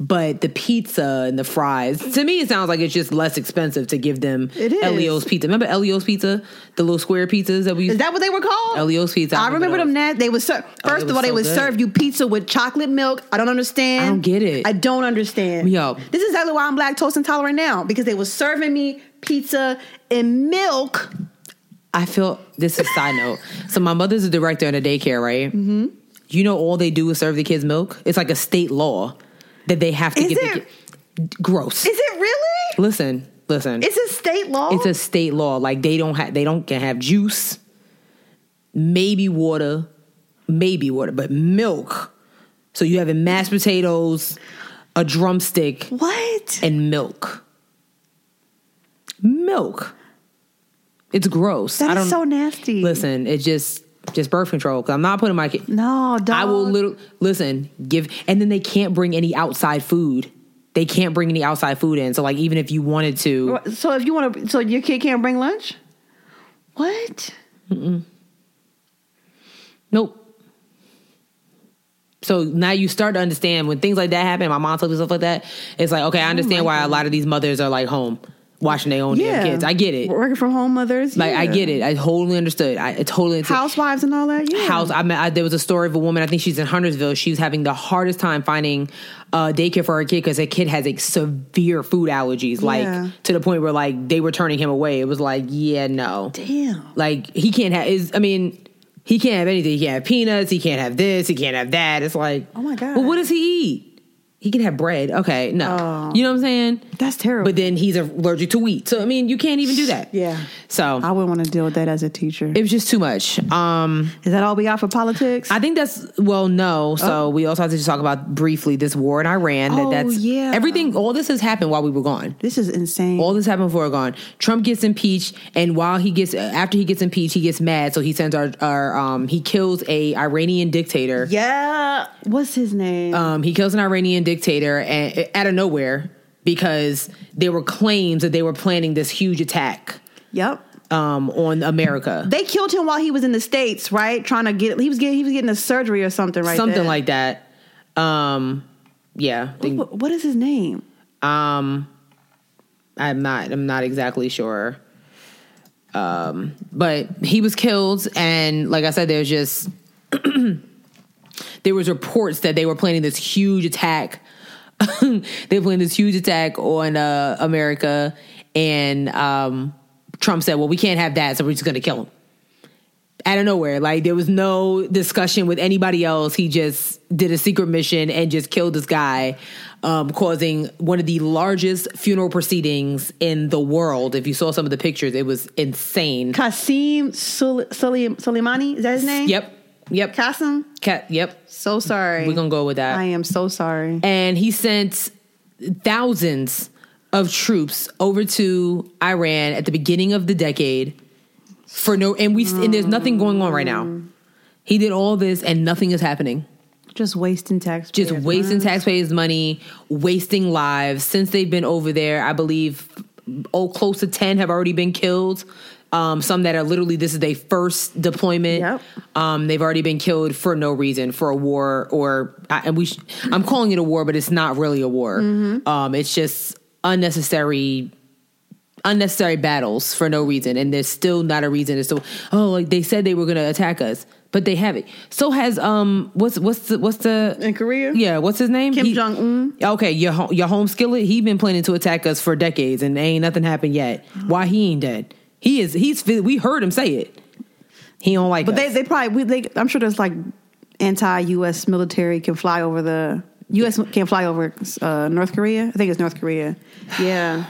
[SPEAKER 2] But the pizza and the fries, to me, it sounds like it's just less expensive to give them
[SPEAKER 1] It is.
[SPEAKER 2] Elio's pizza. Remember Elio's pizza, the little square pizzas that we used
[SPEAKER 1] Is that what they were called?
[SPEAKER 2] Elio's Pizza.
[SPEAKER 1] I remember them
[SPEAKER 2] those.
[SPEAKER 1] that they would serve.
[SPEAKER 2] Oh,
[SPEAKER 1] First
[SPEAKER 2] it
[SPEAKER 1] of
[SPEAKER 2] was
[SPEAKER 1] all, they
[SPEAKER 2] so
[SPEAKER 1] would
[SPEAKER 2] good.
[SPEAKER 1] serve you pizza with chocolate milk. I don't understand.
[SPEAKER 2] I don't get it.
[SPEAKER 1] I don't understand.
[SPEAKER 2] Yo.
[SPEAKER 1] this is exactly why I'm lactose intolerant now because they were serving me pizza and milk.
[SPEAKER 2] I feel this is side note. So my mother's a director in a daycare, right? Mm-hmm. You know, all they do is serve the kids milk. It's like a state law that they have to
[SPEAKER 1] Is
[SPEAKER 2] get.
[SPEAKER 1] it-
[SPEAKER 2] The kid. Gross.
[SPEAKER 1] Is it really?
[SPEAKER 2] listen, listen.
[SPEAKER 1] It's a state law.
[SPEAKER 2] It's a state law. Like they don't have they don't can have juice, maybe water, maybe water, but milk. So you having mashed potatoes, a drumstick,
[SPEAKER 1] what?
[SPEAKER 2] and milk. Milk. It's gross. I
[SPEAKER 1] That
[SPEAKER 2] don't
[SPEAKER 1] is so nasty.
[SPEAKER 2] listen. It's just just birth control. Cause I'm not putting my kid.
[SPEAKER 1] no, dog.
[SPEAKER 2] I will literally listen. Give and then they can't bring any outside food. They can't bring any outside food in. So like even if you wanted to,
[SPEAKER 1] So if you want to, so your kid can't bring lunch. What?
[SPEAKER 2] Nope. So now you start to understand when things like that happen. My mom told me stuff like that. It's like
[SPEAKER 1] Oh
[SPEAKER 2] okay, I understand why a lot of these mothers are like home watching their own damn kids. I get it.
[SPEAKER 1] Working from home mothers.
[SPEAKER 2] Like I
[SPEAKER 1] yeah.
[SPEAKER 2] get it. I totally understood. I, I totally understood.
[SPEAKER 1] Housewives and all that. Yeah.
[SPEAKER 2] House. I, mean, I there was a story of a woman. I think she's in Huntersville. She was having the hardest time finding uh, daycare for her kid because her kid has like severe food allergies,
[SPEAKER 1] Yeah.
[SPEAKER 2] like to the point where like they were turning him away. It was like, yeah, no,
[SPEAKER 1] Damn.
[SPEAKER 2] like he can't have is I mean, he can't have anything. He can't have peanuts, he can't have this, he can't have that. It's like
[SPEAKER 1] Oh my God.
[SPEAKER 2] Well what does he eat? He can have bread. Okay, no.
[SPEAKER 1] Oh.
[SPEAKER 2] You know what I'm saying?
[SPEAKER 1] That's terrible.
[SPEAKER 2] But then he's allergic to wheat. So I mean you can't even do that.
[SPEAKER 1] Yeah.
[SPEAKER 2] So
[SPEAKER 1] I wouldn't want to deal with that as a teacher.
[SPEAKER 2] it was just too much. Um
[SPEAKER 1] Is that all we got for politics?
[SPEAKER 2] I think that's well, no. So we also have to just talk about briefly this war in Iran.
[SPEAKER 1] Oh,
[SPEAKER 2] that that's
[SPEAKER 1] yeah.
[SPEAKER 2] everything all this has happened while we were gone.
[SPEAKER 1] this is insane.
[SPEAKER 2] All this happened before gone. Trump gets impeached, and while he gets after he gets impeached, he gets mad, so he sends our, our um he kills a Iranian dictator.
[SPEAKER 1] yeah. What's his name?
[SPEAKER 2] Um, he kills an Iranian dictator, and eh, out of nowhere because there were claims that they were planning this huge attack
[SPEAKER 1] yep.
[SPEAKER 2] um on America,
[SPEAKER 1] They killed him while he was in the states, right? Trying to get he was getting he was getting a surgery or something, right?
[SPEAKER 2] something
[SPEAKER 1] there.
[SPEAKER 2] like that. Um, yeah, I think-
[SPEAKER 1] What- what is his name?
[SPEAKER 2] Um, I'm not. I'm not exactly sure. Um, but he was killed, and like I said, there's just there was reports that they were planning this huge attack. they were planning this huge attack on uh, America, and um, Trump said, "Well, we can't have that, so we're just going to kill him." Out of nowhere, like there was no discussion with anybody else. He just did a secret mission and just killed this guy, um, causing one of the largest funeral proceedings in the world. If you saw some of the pictures, it was insane.
[SPEAKER 1] Qasim Sul- Suleim- Soleimani? Is that his name?
[SPEAKER 2] Yep, yep,
[SPEAKER 1] Qasim?
[SPEAKER 2] Ca- yep.
[SPEAKER 1] So sorry.
[SPEAKER 2] We're gonna go with that.
[SPEAKER 1] I am so sorry.
[SPEAKER 2] and he sent thousands of troops over to Iran at the beginning of the decade for no and we and there's nothing going on right now. He did all this and nothing is happening.
[SPEAKER 1] Just wasting tax.
[SPEAKER 2] Just wasting taxpayers' money, wasting lives. Since they've been over there, I believe oh close to 10 have already been killed. Um, some that are literally this is their first deployment.
[SPEAKER 1] Yep.
[SPEAKER 2] Um, they've already been killed for no reason for a war or I- and we sh- I'm calling it a war, but it's not really a war. Um, it's just unnecessary unnecessary battles for no reason and there's still not a reason it's still oh like they said they were going to attack us but they haven't so has um what's what's the what's the
[SPEAKER 1] In Korea?
[SPEAKER 2] yeah what's his name
[SPEAKER 1] Kim
[SPEAKER 2] He-
[SPEAKER 1] Jong Un.
[SPEAKER 2] okay your home, your home skillet he been planning to attack us for decades and ain't nothing happened yet why he ain't dead he is he's fi- we heard him say it he don't like
[SPEAKER 1] But they
[SPEAKER 2] us.
[SPEAKER 1] they probably we, they, I'm sure there's like anti U.S. military can fly over the U.S. can fly over uh, North Korea. I think it's North Korea. Yeah.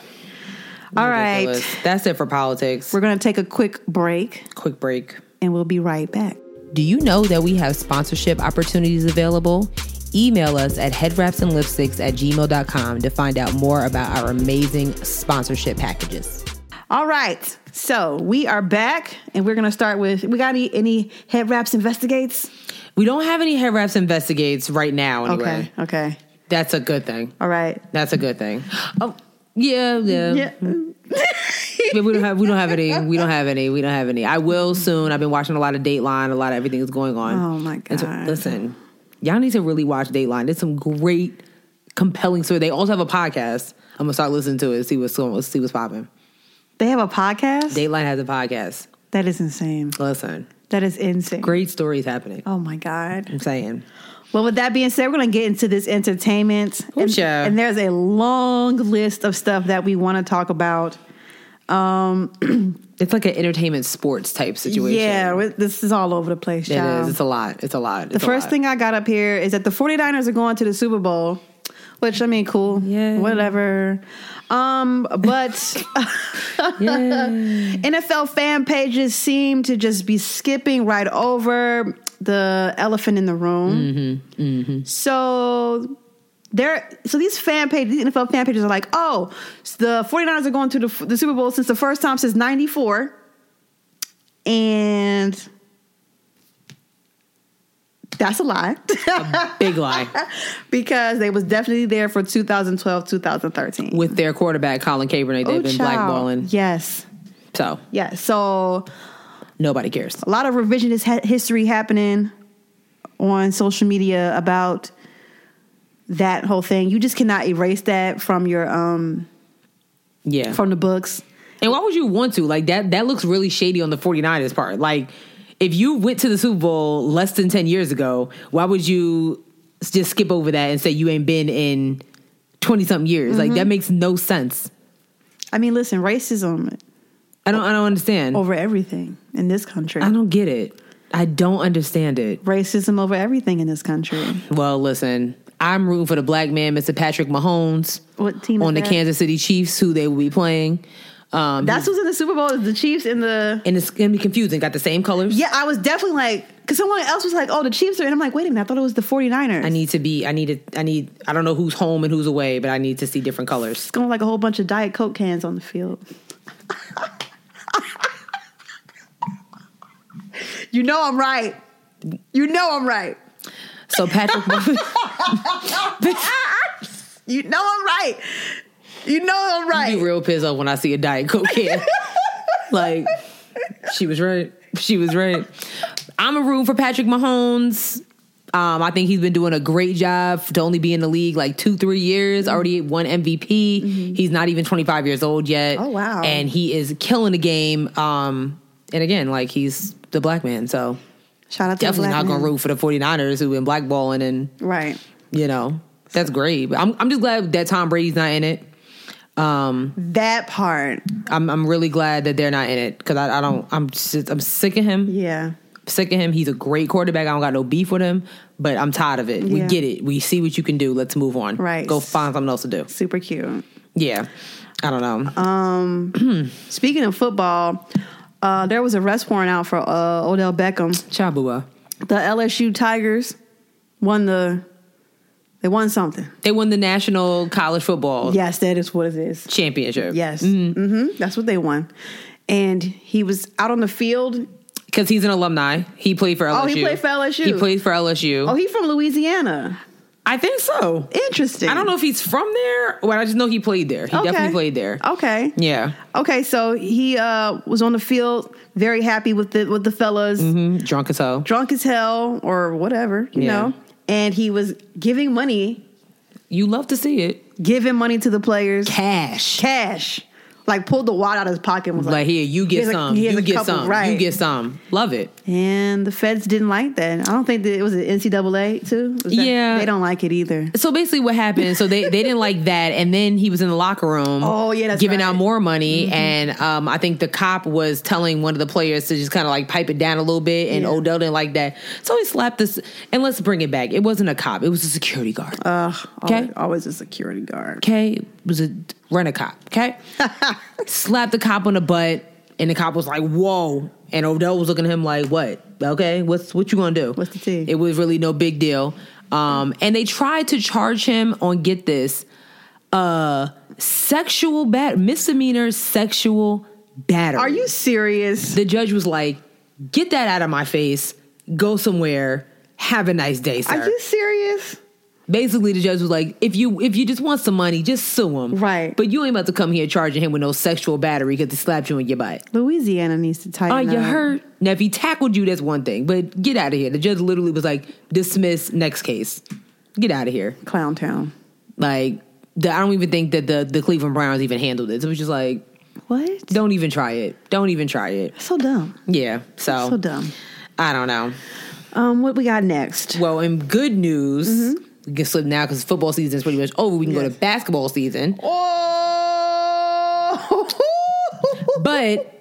[SPEAKER 1] All right,
[SPEAKER 2] Ridiculous. that's it for politics
[SPEAKER 1] we're gonna take a quick break
[SPEAKER 2] quick break
[SPEAKER 1] and we'll be right back.
[SPEAKER 2] Do you know that we have sponsorship opportunities available? Email us at headwrapsandlipsticks at gmail.com to find out more about our amazing sponsorship packages.
[SPEAKER 1] All right, so we are back and we're gonna start with we got any, any head wraps investigates?
[SPEAKER 2] We don't have any head wraps investigates right now, anyway.
[SPEAKER 1] Okay, okay,
[SPEAKER 2] That's a good thing.
[SPEAKER 1] all right.
[SPEAKER 2] That's a good thing. Oh, yeah, yeah.
[SPEAKER 1] Yeah,
[SPEAKER 2] Yeah, we don't have we don't have any. We don't have any. We don't have any. I will soon. I've been watching a lot of Dateline. A lot of everything that's going on.
[SPEAKER 1] Oh, my
[SPEAKER 2] And so,
[SPEAKER 1] God.
[SPEAKER 2] listen, y'all need to really watch Dateline. There's some great compelling story. They also have a podcast. I'm gonna start listening to it. See what's going. See what's popping.
[SPEAKER 1] They have a podcast?
[SPEAKER 2] Dateline has a podcast.
[SPEAKER 1] that is insane.
[SPEAKER 2] Listen,
[SPEAKER 1] That is insane.
[SPEAKER 2] great stories happening.
[SPEAKER 1] Oh my God.
[SPEAKER 2] I'm saying.
[SPEAKER 1] Well, with that being said, we're going to get into this entertainment.
[SPEAKER 2] Ooh,
[SPEAKER 1] and,
[SPEAKER 2] child.
[SPEAKER 1] and there's a long list of stuff that we want to talk about.
[SPEAKER 2] It's like an entertainment sports type situation.
[SPEAKER 1] Yeah, we- this is all over the place,
[SPEAKER 2] It
[SPEAKER 1] child.
[SPEAKER 2] is. It's a lot. It's a lot.
[SPEAKER 1] The first thing I got up here is that the 49ers are going to the Super Bowl, which I mean, cool.
[SPEAKER 2] Yay.
[SPEAKER 1] Whatever. Um, but NFL fan pages seem to just be skipping right over the elephant in the room.
[SPEAKER 2] Mm-hmm,
[SPEAKER 1] So they're so these fan pages, these NFL fan pages are like, oh, the 49ers are going to the, the Super Bowl since the first time since 94. And that's a lie
[SPEAKER 2] big lie
[SPEAKER 1] because they was definitely there for 2012, 2013.
[SPEAKER 2] with their quarterback Colin Kaepernick. They've
[SPEAKER 1] Oh,
[SPEAKER 2] been
[SPEAKER 1] child.
[SPEAKER 2] blackballing.
[SPEAKER 1] Yes.
[SPEAKER 2] So
[SPEAKER 1] Yes. So
[SPEAKER 2] nobody cares.
[SPEAKER 1] a lot of revisionist ha- history happening on social media about that whole thing. You just cannot erase that from your um
[SPEAKER 2] Yeah.
[SPEAKER 1] from the books.
[SPEAKER 2] And why would you want to? Like that that looks really shady on the 49ers part. Like if you went to the Super Bowl less than 10 years ago, why would you s- just skip over that and say you ain't been in 20 something years? Like
[SPEAKER 1] Mm-hmm.
[SPEAKER 2] that makes no sense.
[SPEAKER 1] I mean, listen, racism
[SPEAKER 2] I don't I don't understand.
[SPEAKER 1] over everything in this country.
[SPEAKER 2] I don't get it. I don't understand it.
[SPEAKER 1] Racism over everything in this country.
[SPEAKER 2] Well, listen, I'm rooting for the black man, Mr. Patrick Mahomes,
[SPEAKER 1] What team is
[SPEAKER 2] on the
[SPEAKER 1] that?
[SPEAKER 2] Kansas City Chiefs, who they will be playing. Um,
[SPEAKER 1] That's who's in the Super Bowl is the Chiefs in the
[SPEAKER 2] and it's gonna be confusing. Got the same colors.
[SPEAKER 1] Yeah, I was definitely like, because someone else was like, oh, the Chiefs are in. I'm like, wait a minute, I thought it was the 49ers.
[SPEAKER 2] I need to be. I need to. I need. I don't know who's home and who's away, but I need to see different colors.
[SPEAKER 1] it's going like a whole bunch of Diet Coke cans on the field. you know I'm right. You know I'm right.
[SPEAKER 2] So Patrick,
[SPEAKER 1] You know I'm right. You know I'm
[SPEAKER 2] I be
[SPEAKER 1] right.
[SPEAKER 2] real pissed off when I see a diet coke can. like she was right. She was right. I'm a room for Patrick Mahomes. Um, I think he's been doing a great job to only be in the league like two, three years.
[SPEAKER 1] Mm-hmm.
[SPEAKER 2] Already won MVP. He's not even 25 years old yet.
[SPEAKER 1] Oh, wow.
[SPEAKER 2] And he is killing the game. Um, and again, like he's the black man, so
[SPEAKER 1] Shout out to
[SPEAKER 2] definitely
[SPEAKER 1] the black
[SPEAKER 2] not going
[SPEAKER 1] man.
[SPEAKER 2] to root for the 49ers who've been blackballing and
[SPEAKER 1] Right.
[SPEAKER 2] you know that's great. But I'm I'm just glad that Tom Brady's not in it. Um,
[SPEAKER 1] That part.
[SPEAKER 2] I'm I'm really glad that they're not in it because I, I don't I'm just I'm sick of him.
[SPEAKER 1] Yeah.
[SPEAKER 2] Sick of him. He's a great quarterback. I don't got no beef with him, but I'm tired of it. We
[SPEAKER 1] Yeah.
[SPEAKER 2] get it. We see what you can do. Let's move on.
[SPEAKER 1] Right.
[SPEAKER 2] Go find something else to do.
[SPEAKER 1] Super cute.
[SPEAKER 2] Yeah. I don't know.
[SPEAKER 1] Um, Speaking of football, uh, there was a arrest warrant out for uh, Odell Beckham.
[SPEAKER 2] Chabua.
[SPEAKER 1] the LSU Tigers won the they won something.
[SPEAKER 2] They won the national college football
[SPEAKER 1] Yes, that is what it is.
[SPEAKER 2] championship.
[SPEAKER 1] Yes.
[SPEAKER 2] Mm.
[SPEAKER 1] Mm-hmm. That's what they won. And he was out on the field.
[SPEAKER 2] because he's an alumni. He played for LSU.
[SPEAKER 1] Oh, he played for LSU.
[SPEAKER 2] He played for LSU.
[SPEAKER 1] Oh, he from Louisiana.
[SPEAKER 2] I think so.
[SPEAKER 1] Interesting.
[SPEAKER 2] I don't know if he's from there, but I just know he played there. He definitely played there.
[SPEAKER 1] Oh. Okay.
[SPEAKER 2] Yeah.
[SPEAKER 1] Okay, so he uh, was on the field, very happy with the with the fellas,
[SPEAKER 2] Mm, drunk as hell.
[SPEAKER 1] drunk as hell or whatever, you
[SPEAKER 2] Yeah.
[SPEAKER 1] know. And he was giving money,
[SPEAKER 2] You love to see it.
[SPEAKER 1] giving money to the players,
[SPEAKER 2] Cash.
[SPEAKER 1] cash, like pulled the wad out of his pocket. And was
[SPEAKER 2] Like here, you get
[SPEAKER 1] Here's a-
[SPEAKER 2] some.
[SPEAKER 1] here's
[SPEAKER 2] you
[SPEAKER 1] a
[SPEAKER 2] get
[SPEAKER 1] couple,
[SPEAKER 2] some. You
[SPEAKER 1] right.
[SPEAKER 2] get some. Love it.
[SPEAKER 1] And the feds didn't like that. I don't think that it was the NCAA too. Was that-
[SPEAKER 2] Yeah.
[SPEAKER 1] they don't like it either.
[SPEAKER 2] So basically, what happened? So they, they didn't like that, and then he was in the locker room.
[SPEAKER 1] Oh, yeah, that's
[SPEAKER 2] giving
[SPEAKER 1] right. Mm-hmm.
[SPEAKER 2] out more money, and um, I think the cop was telling one of the players to just kind of like pipe it down a little bit, and
[SPEAKER 1] Yeah.
[SPEAKER 2] Odell didn't like that, so he slapped this. And let's bring it back. It wasn't a cop; it was a security guard. Okay.
[SPEAKER 1] Always, always a security guard.
[SPEAKER 2] okay, was a rent a cop, okay? Slapped the cop on the butt, and the cop was like, whoa. And Odell was looking at him like, what? Okay, what's what you gonna do?
[SPEAKER 1] What's the tea?
[SPEAKER 2] It was really no big deal. Um, and they tried to charge him on get this, uh, sexual bat misdemeanor sexual battery.
[SPEAKER 1] Are you serious?
[SPEAKER 2] The judge was like, get that out of my face. Go somewhere. Have a nice day, sir
[SPEAKER 1] Are you serious?
[SPEAKER 2] basically the judge was like, if you if you just want some money, just sue him.
[SPEAKER 1] Right.
[SPEAKER 2] But you ain't about to come here charging him with no sexual battery because he slapped you in your butt.
[SPEAKER 1] Louisiana needs to tighten
[SPEAKER 2] Are
[SPEAKER 1] up.
[SPEAKER 2] Oh, you hurt? Now if he tackled you, that's one thing. But get out of here. The judge literally was like, dismiss next case. Get out of here.
[SPEAKER 1] Clown Town.
[SPEAKER 2] Like, the, I don't even think that the the Cleveland Browns even handled it. So it was just like,
[SPEAKER 1] What?
[SPEAKER 2] don't even try it. Don't even try it.
[SPEAKER 1] So dumb.
[SPEAKER 2] Yeah. So,
[SPEAKER 1] So dumb.
[SPEAKER 2] I don't know.
[SPEAKER 1] Um, what we got next?
[SPEAKER 2] Well, in good news, we can slip now because football season is pretty much over. We can go
[SPEAKER 1] Mm-hmm. Yes.
[SPEAKER 2] to basketball season,
[SPEAKER 1] Oh,
[SPEAKER 2] but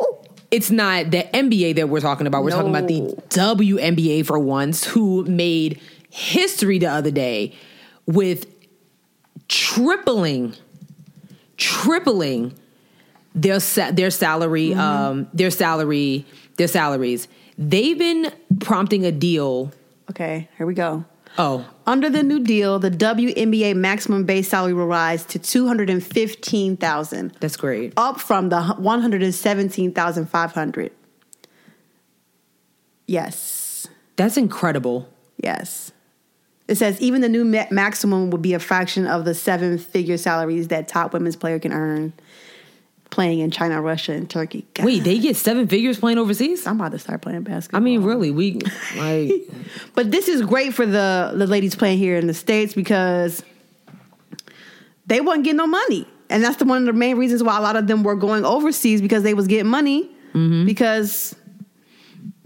[SPEAKER 2] it's not the NBA that we're talking about. We're talking about the
[SPEAKER 1] No.
[SPEAKER 2] WNBA for once, who made history the other day with tripling, tripling their sa- their salary,
[SPEAKER 1] Mm-hmm.
[SPEAKER 2] um, their salary, their salaries. They've been prompting a deal.
[SPEAKER 1] okay. Here we go.
[SPEAKER 2] Oh,
[SPEAKER 1] Under the new deal, the WNBA maximum base salary will rise to two hundred and fifteen thousand,
[SPEAKER 2] that's great.
[SPEAKER 1] up from the one hundred and seventeen thousand five hundred. Yes,
[SPEAKER 2] That's incredible.
[SPEAKER 1] yes. It says even the new ma- maximum would be a fraction of the seven-figure salaries that top women's player can earn playing in China, Russia, and Turkey. God,
[SPEAKER 2] Wait, they get seven figures playing overseas?
[SPEAKER 1] I'm about to start playing basketball.
[SPEAKER 2] I mean, really, we like
[SPEAKER 1] But this is great for the the ladies playing here in the states because they wasn't getting no money, and that's the one of the main reasons why a lot of them were going overseas because they was getting money
[SPEAKER 2] Mm-hmm.
[SPEAKER 1] because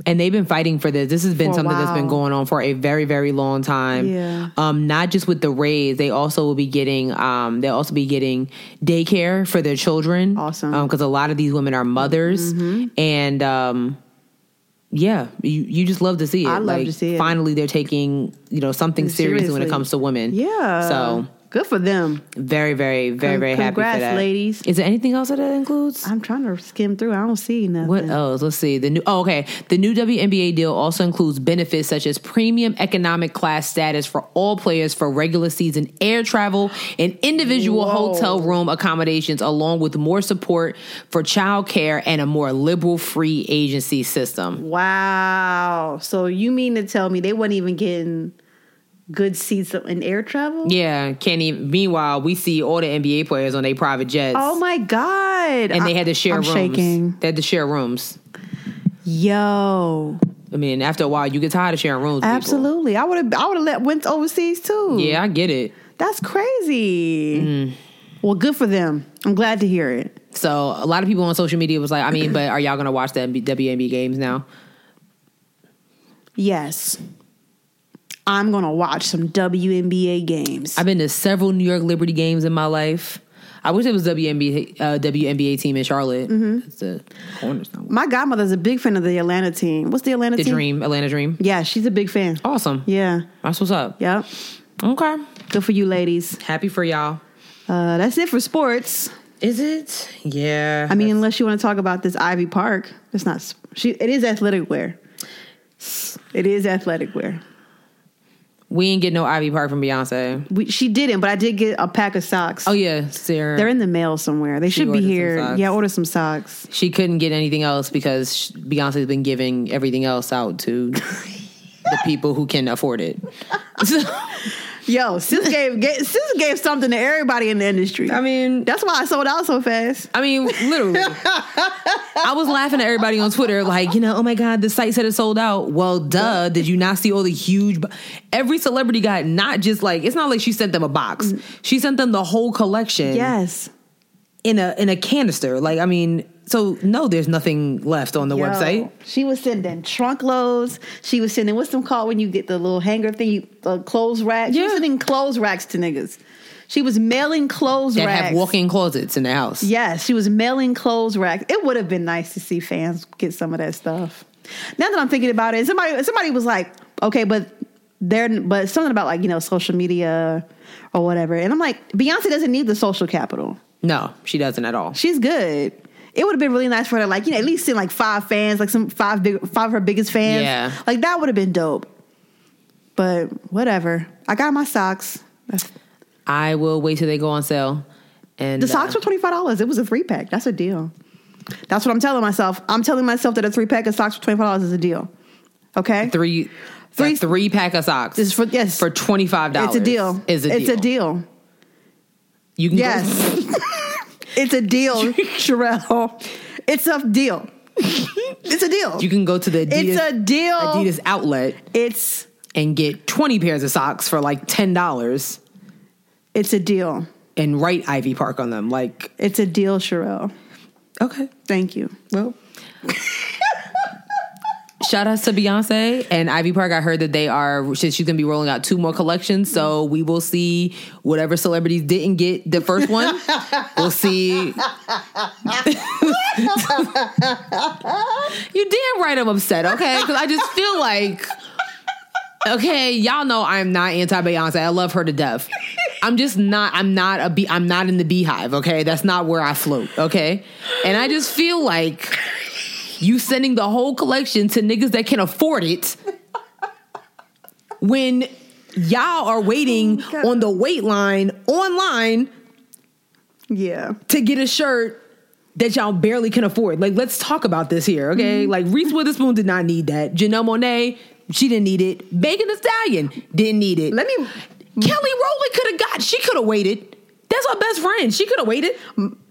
[SPEAKER 2] and they've been fighting for this. This has been
[SPEAKER 1] For a
[SPEAKER 2] something that's been
[SPEAKER 1] while.
[SPEAKER 2] going on for a very, very long time.
[SPEAKER 1] Yeah.
[SPEAKER 2] Um, not just with the Rays, they also will be getting um, they'll also be getting daycare for their children.
[SPEAKER 1] Awesome. Mm-hmm.
[SPEAKER 2] because a lot of these women are mothers, and um, yeah, you you just love to see it.
[SPEAKER 1] I love to see it.
[SPEAKER 2] Finally, they're taking you know something seriously when it
[SPEAKER 1] Seriously.
[SPEAKER 2] comes to women.
[SPEAKER 1] yeah,
[SPEAKER 2] So
[SPEAKER 1] good for them.
[SPEAKER 2] very, very, very,
[SPEAKER 1] Con-
[SPEAKER 2] very happy for
[SPEAKER 1] congrats,
[SPEAKER 2] that,
[SPEAKER 1] ladies.
[SPEAKER 2] Is there anything else that that includes?
[SPEAKER 1] I'm trying to skim through. I don't see nothing.
[SPEAKER 2] What else? Let's see. The new oh, okay. The new WNBA deal also includes benefits such as premium economic class status for all players for regular season air travel and individual
[SPEAKER 1] Whoa.
[SPEAKER 2] hotel room accommodations, along with more support for childcare and a more liberal free agency system.
[SPEAKER 1] Wow. So you mean to tell me they wasn't even getting good seats in air travel?
[SPEAKER 2] Yeah, can't even. Meanwhile, we see all the NBA players on their private jets,
[SPEAKER 1] Oh my god!
[SPEAKER 2] and they had to share
[SPEAKER 1] I'm
[SPEAKER 2] rooms.
[SPEAKER 1] Shaking.
[SPEAKER 2] They had to share rooms.
[SPEAKER 1] Yo,
[SPEAKER 2] I mean, after a while, you get tired of sharing rooms. with people.
[SPEAKER 1] absolutely. I would have. I would have let went overseas too.
[SPEAKER 2] Yeah, Mm. I get it.
[SPEAKER 1] That's crazy. Well, good for them. I'm glad to hear it.
[SPEAKER 2] So a lot of people on social media was like, I mean, but are y'all gonna watch the NB WNBA games now?
[SPEAKER 1] Yes. I'm going to watch some WNBA games.
[SPEAKER 2] I've been to several New York Liberty games in my life. I wish it was WNBA uh, WNBA team in Charlotte. It's a cornerstone.
[SPEAKER 1] Mm-hmm. My godmother's a big fan of the Atlanta team. What's the Atlanta
[SPEAKER 2] The
[SPEAKER 1] team?
[SPEAKER 2] Dream, Oh. Atlanta Dream.
[SPEAKER 1] Yeah, she's a big fan.
[SPEAKER 2] Awesome.
[SPEAKER 1] Yeah.
[SPEAKER 2] That's what's up.
[SPEAKER 1] Yep.
[SPEAKER 2] Okay.
[SPEAKER 1] Good for you ladies.
[SPEAKER 2] Happy for y'all.
[SPEAKER 1] Uh, that's it for sports.
[SPEAKER 2] Is it? Yeah.
[SPEAKER 1] I mean, unless you want to talk about this Ivy Park, it's not. s- She. It is athletic wear. It is athletic wear.
[SPEAKER 2] we ain't get no Ivy Park from Beyonce.
[SPEAKER 1] We, she didn't, but I did get a pack of socks.
[SPEAKER 2] Oh yeah, Sarah.
[SPEAKER 1] They're in the mail somewhere. They should be
[SPEAKER 2] ordered some
[SPEAKER 1] here.
[SPEAKER 2] socks.
[SPEAKER 1] Yeah, order some socks.
[SPEAKER 2] she couldn't get anything else because sh- Beyonce's been giving everything else out to the people who can afford it.
[SPEAKER 1] Yo, sis gave, gave sis gave something to everybody in the industry.
[SPEAKER 2] I mean,
[SPEAKER 1] that's why I sold out so fast.
[SPEAKER 2] I mean, literally. I was laughing at everybody on Twitter, like, you know, oh my God, the site said it sold out. Well, duh, did you not see all the huge. bo- Every celebrity got not just like, it's not like she sent them a box, she sent them the whole collection
[SPEAKER 1] Yes,
[SPEAKER 2] in, a, in a canister. Like, I mean, so no, there's nothing left on the
[SPEAKER 1] Yo,
[SPEAKER 2] website.
[SPEAKER 1] She was sending trunk loads. She was sending what's them called when you get the little hanger thing, you, uh, clothes rack. She was
[SPEAKER 2] Yeah.
[SPEAKER 1] sending clothes racks to niggas. She was mailing clothes
[SPEAKER 2] That
[SPEAKER 1] racks.
[SPEAKER 2] have walk in closets in their house.
[SPEAKER 1] Yes, she was mailing clothes racks. It would have been nice to see fans get some of that stuff. Now that I'm thinking about it, somebody somebody was like, okay, but they're but something about like you know social media or whatever, and I'm like, Beyonce doesn't need the social capital.
[SPEAKER 2] No, she doesn't at all.
[SPEAKER 1] She's good. It would have been really nice for her, to, like you know, at least send like five fans, like some five big five of her biggest fans.
[SPEAKER 2] Yeah.
[SPEAKER 1] like that would have been dope. But whatever, I got my socks. That's-
[SPEAKER 2] I will wait till they go on sale. And uh,
[SPEAKER 1] The socks were twenty five dollars. It was a three pack. That's a deal. That's what I'm telling myself. I'm telling myself that a three pack of socks for twenty five dollars is a deal. Okay,
[SPEAKER 2] three,
[SPEAKER 1] Three-
[SPEAKER 2] three, three pack of socks
[SPEAKER 1] It's for yes,
[SPEAKER 2] for twenty five dollars.
[SPEAKER 1] it's a deal.
[SPEAKER 2] Is a
[SPEAKER 1] it's a
[SPEAKER 2] deal.
[SPEAKER 1] deal.
[SPEAKER 2] You can go-
[SPEAKER 1] Yes, it's a deal, Sherelle. It's a deal. It's a deal.
[SPEAKER 2] You can go to the Adidas,
[SPEAKER 1] it's a deal.
[SPEAKER 2] Adidas outlet
[SPEAKER 1] It's
[SPEAKER 2] and get 20 pairs of socks for like $10.
[SPEAKER 1] It's a deal.
[SPEAKER 2] and write Ivy Park on them. Like,
[SPEAKER 1] It's a deal, Sherelle.
[SPEAKER 2] okay,
[SPEAKER 1] Thank you.
[SPEAKER 2] well. Shout outs to Beyonce and Ivy Park. I heard that they are she- she's gonna be rolling out two more collections, so we will see whatever celebrities didn't get the first one. we'll see. you damn right I'm upset, okay? Because I just feel like okay, y'all know I'm not anti Beyonce. I love her to death. I'm just not. I'm not a bee. I'm not in the beehive. Okay, that's not where I float. Okay, and I just feel like you sending the whole collection to niggas that can afford it when y'all are waiting
[SPEAKER 1] Oh, God.
[SPEAKER 2] on the wait line online
[SPEAKER 1] Yeah.
[SPEAKER 2] to get a shirt that y'all barely can afford. Like, let's talk about this here, okay?
[SPEAKER 1] Mm-hmm.
[SPEAKER 2] Like, Reese Witherspoon did not need that. Janelle Monet, she didn't need it. Megan Thee Stallion didn't need it.
[SPEAKER 1] Let me-
[SPEAKER 2] Kelly Rowland could have got. She could have waited. That's our best friend. She could have waited.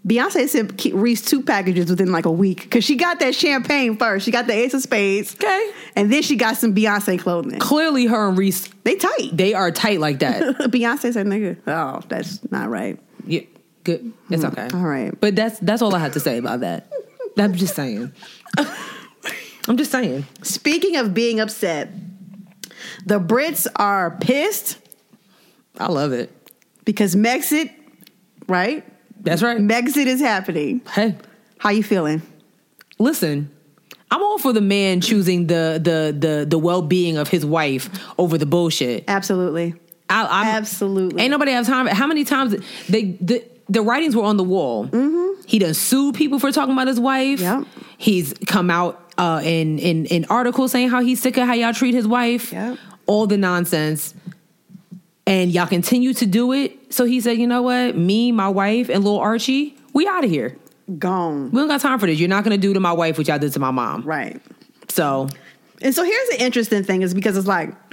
[SPEAKER 1] Beyonce sent Ke- Reese two packages within like a week because she got that champagne first. She got the Ace of Spades.
[SPEAKER 2] Okay.
[SPEAKER 1] And then she got some Beyonce clothing.
[SPEAKER 2] Clearly, her and Reese,
[SPEAKER 1] They tight.
[SPEAKER 2] they are tight like that.
[SPEAKER 1] Beyonce said, nigga, oh, that's not right.
[SPEAKER 2] yeah, good. It's okay.
[SPEAKER 1] Mm-hmm. all right.
[SPEAKER 2] But that's that's all I had to say about that. I'm just saying. I'm just saying.
[SPEAKER 1] Speaking of being upset, the Brits are pissed
[SPEAKER 2] I love it.
[SPEAKER 1] because Brexit, right?
[SPEAKER 2] That's right.
[SPEAKER 1] Brexit is happening.
[SPEAKER 2] Hey.
[SPEAKER 1] How you feeling?
[SPEAKER 2] listen i'm all for the man choosing the the the, the well-being of his wife over the bullshit
[SPEAKER 1] Absolutely.
[SPEAKER 2] I, I'm,
[SPEAKER 1] Absolutely.
[SPEAKER 2] ain't nobody have time how many times they the, the writings were on the wall mm-hmm. he done sued people for talking about his wife
[SPEAKER 1] Yep.
[SPEAKER 2] he's come out uh, in in in articles saying how he's sick of how y'all treat his wife
[SPEAKER 1] Yep.
[SPEAKER 2] all the nonsense and y'all continue to do it so he said you know what me my wife and little archie we out of here
[SPEAKER 1] Gone.
[SPEAKER 2] we don't got time for this you're not gonna do to my wife what y'all did to my mom
[SPEAKER 1] Right.
[SPEAKER 2] so
[SPEAKER 1] And so here's the interesting thing is because it's like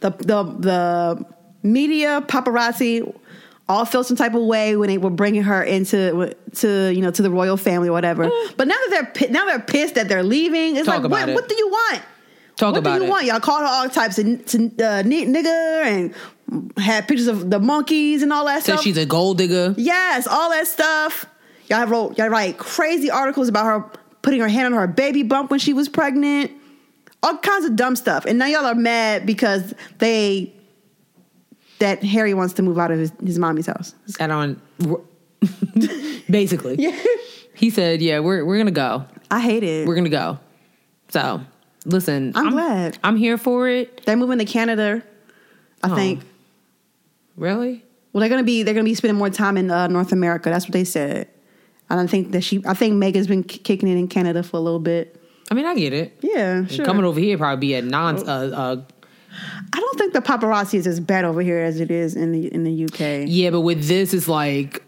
[SPEAKER 1] the the the media paparazzi all feel some type of way when they were bringing her into to you know to the royal family or whatever. But now that they're pi- now they're pissed that they're leaving, it's
[SPEAKER 2] Mm. Talk
[SPEAKER 1] like
[SPEAKER 2] about
[SPEAKER 1] what,
[SPEAKER 2] it.
[SPEAKER 1] what do you want?
[SPEAKER 2] Talk
[SPEAKER 1] what
[SPEAKER 2] about
[SPEAKER 1] do you
[SPEAKER 2] it.
[SPEAKER 1] want? Y'all called her all types of n- to, uh, n- nigger and had pictures of the monkeys and all that
[SPEAKER 2] said
[SPEAKER 1] stuff.
[SPEAKER 2] she's a gold digger.
[SPEAKER 1] Yes, all that stuff. Y'all wrote y'all write crazy articles about her putting her hand on her baby bump when she was pregnant. All kinds of dumb stuff. And now y'all are mad because they that Harry wants to move out of his, his mommy's house.
[SPEAKER 2] And on basically, he said, "Yeah, we're we're gonna go.
[SPEAKER 1] I hate it.
[SPEAKER 2] We're gonna go." So listen,
[SPEAKER 1] I'm glad.
[SPEAKER 2] I'm here for it.
[SPEAKER 1] they're moving to Canada, I
[SPEAKER 2] Oh.
[SPEAKER 1] think.
[SPEAKER 2] Really?
[SPEAKER 1] Well, they're gonna be they're gonna be spending more time in uh, North America. That's what they said. And I think that she I think Megan's been k- kicking it in Canada for a little bit.
[SPEAKER 2] I mean, I get it.
[SPEAKER 1] Yeah, sure. Oh.
[SPEAKER 2] Coming over here probably be a non. Uh, uh,
[SPEAKER 1] I don't think the paparazzi is as bad over here as it is in the in the UK.
[SPEAKER 2] yeah, but with this, it's like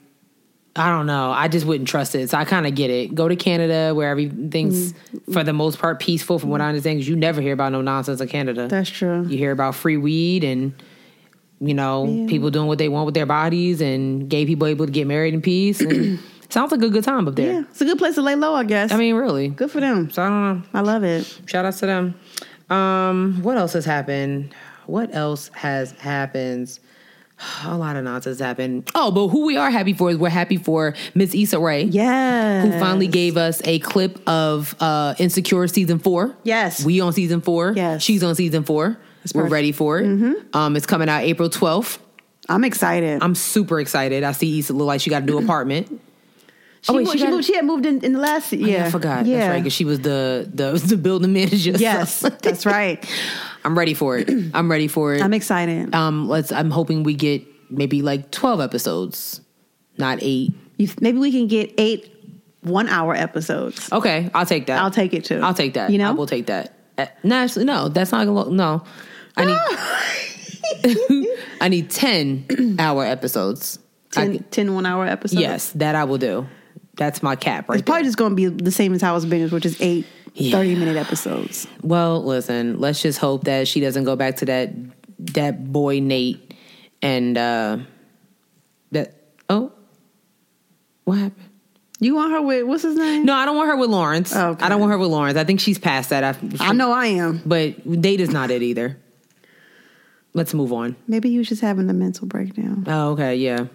[SPEAKER 2] I don't know. I just wouldn't trust it. So I kind of get it. Go to Canada where everything's
[SPEAKER 1] Mm-hmm.
[SPEAKER 2] for the most part peaceful, from what I understand. Because you never hear about no nonsense in Canada.
[SPEAKER 1] That's true.
[SPEAKER 2] you hear about free weed and you know people doing what they want with their bodies and gay people able to get married in peace and sounds like a good time up there
[SPEAKER 1] Yeah, it's a good place to lay low, I guess.
[SPEAKER 2] i mean really
[SPEAKER 1] good for them.
[SPEAKER 2] so i don't know
[SPEAKER 1] I love it.
[SPEAKER 2] shout outs to them um what else has happened what else has happened a lot of nonsense happened oh but who we are happy for is we're happy for miss Issa Rae
[SPEAKER 1] Yeah.
[SPEAKER 2] who finally gave us a clip of uh, Insecure season four.
[SPEAKER 1] Yes.
[SPEAKER 2] We on season four.
[SPEAKER 1] Yes.
[SPEAKER 2] She's on season four. We're
[SPEAKER 1] perfect.
[SPEAKER 2] ready for it. Um, it's coming out April 12th.
[SPEAKER 1] I'm excited.
[SPEAKER 2] I'm super excited. I see Issa look like she got a new apartment.
[SPEAKER 1] she,
[SPEAKER 2] oh, wait,
[SPEAKER 1] moved,
[SPEAKER 2] she
[SPEAKER 1] she,
[SPEAKER 2] got-
[SPEAKER 1] moved, she had moved in, in the last. Yeah,
[SPEAKER 2] I forgot. That's right, because she was the, the the building manager. so-
[SPEAKER 1] yes, that's right.
[SPEAKER 2] I'm ready for it. I'm ready for it.
[SPEAKER 1] I'm excited.
[SPEAKER 2] um, let's. I'm hoping we get maybe like 12 episodes, not eight.
[SPEAKER 1] You, maybe we can get eight one-hour episodes.
[SPEAKER 2] Okay, I'll take that.
[SPEAKER 1] I'll take it too.
[SPEAKER 2] I'll take that.
[SPEAKER 1] You know,
[SPEAKER 2] I will take that. Uh, No, actually, no, that's not gonna. No, I need. I need ten hour episodes. I
[SPEAKER 1] ten,
[SPEAKER 2] can-
[SPEAKER 1] 10 one-hour episodes.
[SPEAKER 2] yes, that I will do. That's my cap right
[SPEAKER 1] It's probably
[SPEAKER 2] there.
[SPEAKER 1] just going to be the same as how it's been, which is eight
[SPEAKER 2] Yeah.
[SPEAKER 1] 30 minute episodes.
[SPEAKER 2] well, listen. Let's just hope that she doesn't go back to that that boy Nate and uh that. Oh, what happened?
[SPEAKER 1] You want her with, what's his name?
[SPEAKER 2] No, I don't want her with Lawrence.
[SPEAKER 1] Okay.
[SPEAKER 2] I don't want her with Lawrence. I think she's past that. I,
[SPEAKER 1] I know I am.
[SPEAKER 2] but Nate is not it either. Let's move on.
[SPEAKER 1] Maybe he was just having a mental breakdown.
[SPEAKER 2] Oh, okay. Yeah.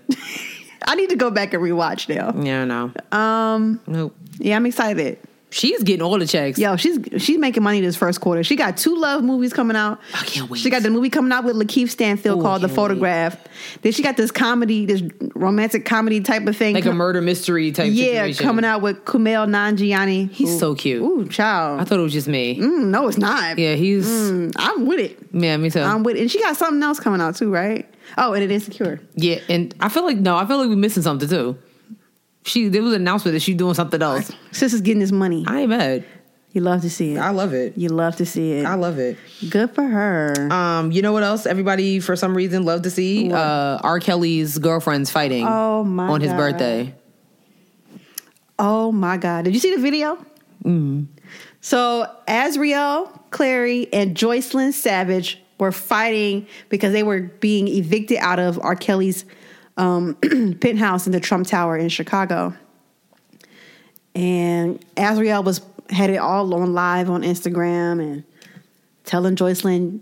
[SPEAKER 1] I need to go back and rewatch now.
[SPEAKER 2] Yeah, no.
[SPEAKER 1] Um,
[SPEAKER 2] Nope.
[SPEAKER 1] yeah, I'm excited.
[SPEAKER 2] She's getting all the checks.
[SPEAKER 1] Yo, she's she's making money this first quarter. She got two love movies coming out.
[SPEAKER 2] I can't wait.
[SPEAKER 1] She got the movie coming out with Lakeith Stanfield
[SPEAKER 2] Ooh, I
[SPEAKER 1] called The
[SPEAKER 2] can't
[SPEAKER 1] Photograph. Then she got this comedy, this romantic comedy type of thing.
[SPEAKER 2] Like a murder mystery type
[SPEAKER 1] yeah,
[SPEAKER 2] situation.
[SPEAKER 1] coming out with Kumail Nanjiani.
[SPEAKER 2] He's so cute.
[SPEAKER 1] Ooh,
[SPEAKER 2] I
[SPEAKER 1] child.
[SPEAKER 2] thought it was just me.
[SPEAKER 1] Mm, no, it's not.
[SPEAKER 2] Yeah, he's.
[SPEAKER 1] Mm, Um, I'm with it.
[SPEAKER 2] Yeah, me too.
[SPEAKER 1] I'm with it. And she got something else coming out too, right? Oh, and it insecure.
[SPEAKER 2] yeah, and I feel like, no, I feel like we're missing something too. She, there was an announcement that she's doing something else.
[SPEAKER 1] Sis is getting this money.
[SPEAKER 2] I ain't mad.
[SPEAKER 1] You love to see it.
[SPEAKER 2] love it.
[SPEAKER 1] you love to see it.
[SPEAKER 2] love it.
[SPEAKER 1] Good for her.
[SPEAKER 2] Um, you know what else? Everybody for some reason loved to see uh, R. Kelly's girlfriends fighting.
[SPEAKER 1] Oh, my
[SPEAKER 2] On his
[SPEAKER 1] God.
[SPEAKER 2] birthday.
[SPEAKER 1] Oh my God. Did you see the video? So Azriel, Clary, and Joycelyn Savage were fighting because they were being evicted out of R. Kelly's um, penthouse in the Trump Tower in Chicago. And Azriel was had it all on live on Instagram and telling Joycelyn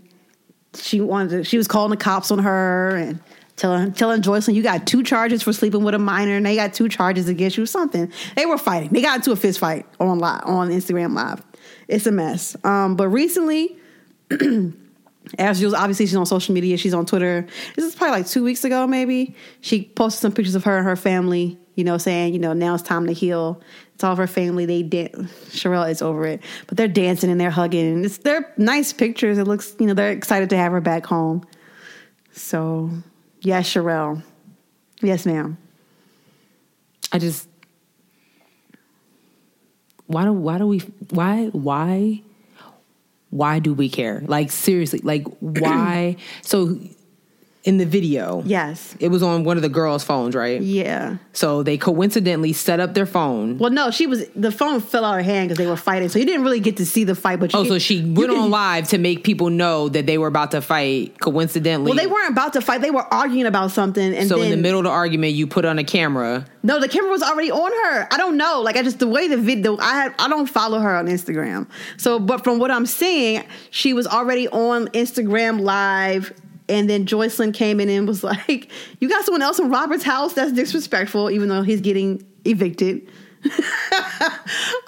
[SPEAKER 1] she wanted to, she was calling the cops on her and telling telling Joycelyn you got two charges for sleeping with a minor and they got two charges against you something. They were fighting. They got into a fist fight on live on Instagram live. It's a mess. Um, but recently as usual, obviously she's on social media. She's on Twitter. This is probably like two weeks ago, maybe. She posted some pictures of her and her family. You know, saying you know now it's time to heal. It's all of her family. They did. Sherelle is over it, but they're dancing and they're hugging. And it's they're nice pictures. It looks you know they're excited to have her back home. So, yes, Sherelle. Yes, ma'am.
[SPEAKER 2] I just why do why do we why why why do we care? Like seriously, like why? so in the video,
[SPEAKER 1] Yes.
[SPEAKER 2] it was on one of the girls' phones, right?
[SPEAKER 1] Yeah.
[SPEAKER 2] So they coincidentally set up their phone.
[SPEAKER 1] Well, no, she was. The phone fell out of her hand because they were fighting, so you didn't really get to see the fight. But you
[SPEAKER 2] Oh,
[SPEAKER 1] get-
[SPEAKER 2] so she
[SPEAKER 1] you
[SPEAKER 2] went
[SPEAKER 1] can-
[SPEAKER 2] on live to make people know that they were about to fight coincidentally.
[SPEAKER 1] Well, they weren't about to fight. They were arguing about something, and
[SPEAKER 2] So in the
[SPEAKER 1] then-
[SPEAKER 2] middle of the argument, you put on a camera.
[SPEAKER 1] No, the camera was already on her. I don't know. Like I just the way the video. I had, I don't follow her on Instagram. So, but from what I'm seeing, she was already on Instagram live. And then Joycelyn came in and was like, "You got someone else in Robert's house? That's disrespectful. Even though he's getting evicted,
[SPEAKER 2] And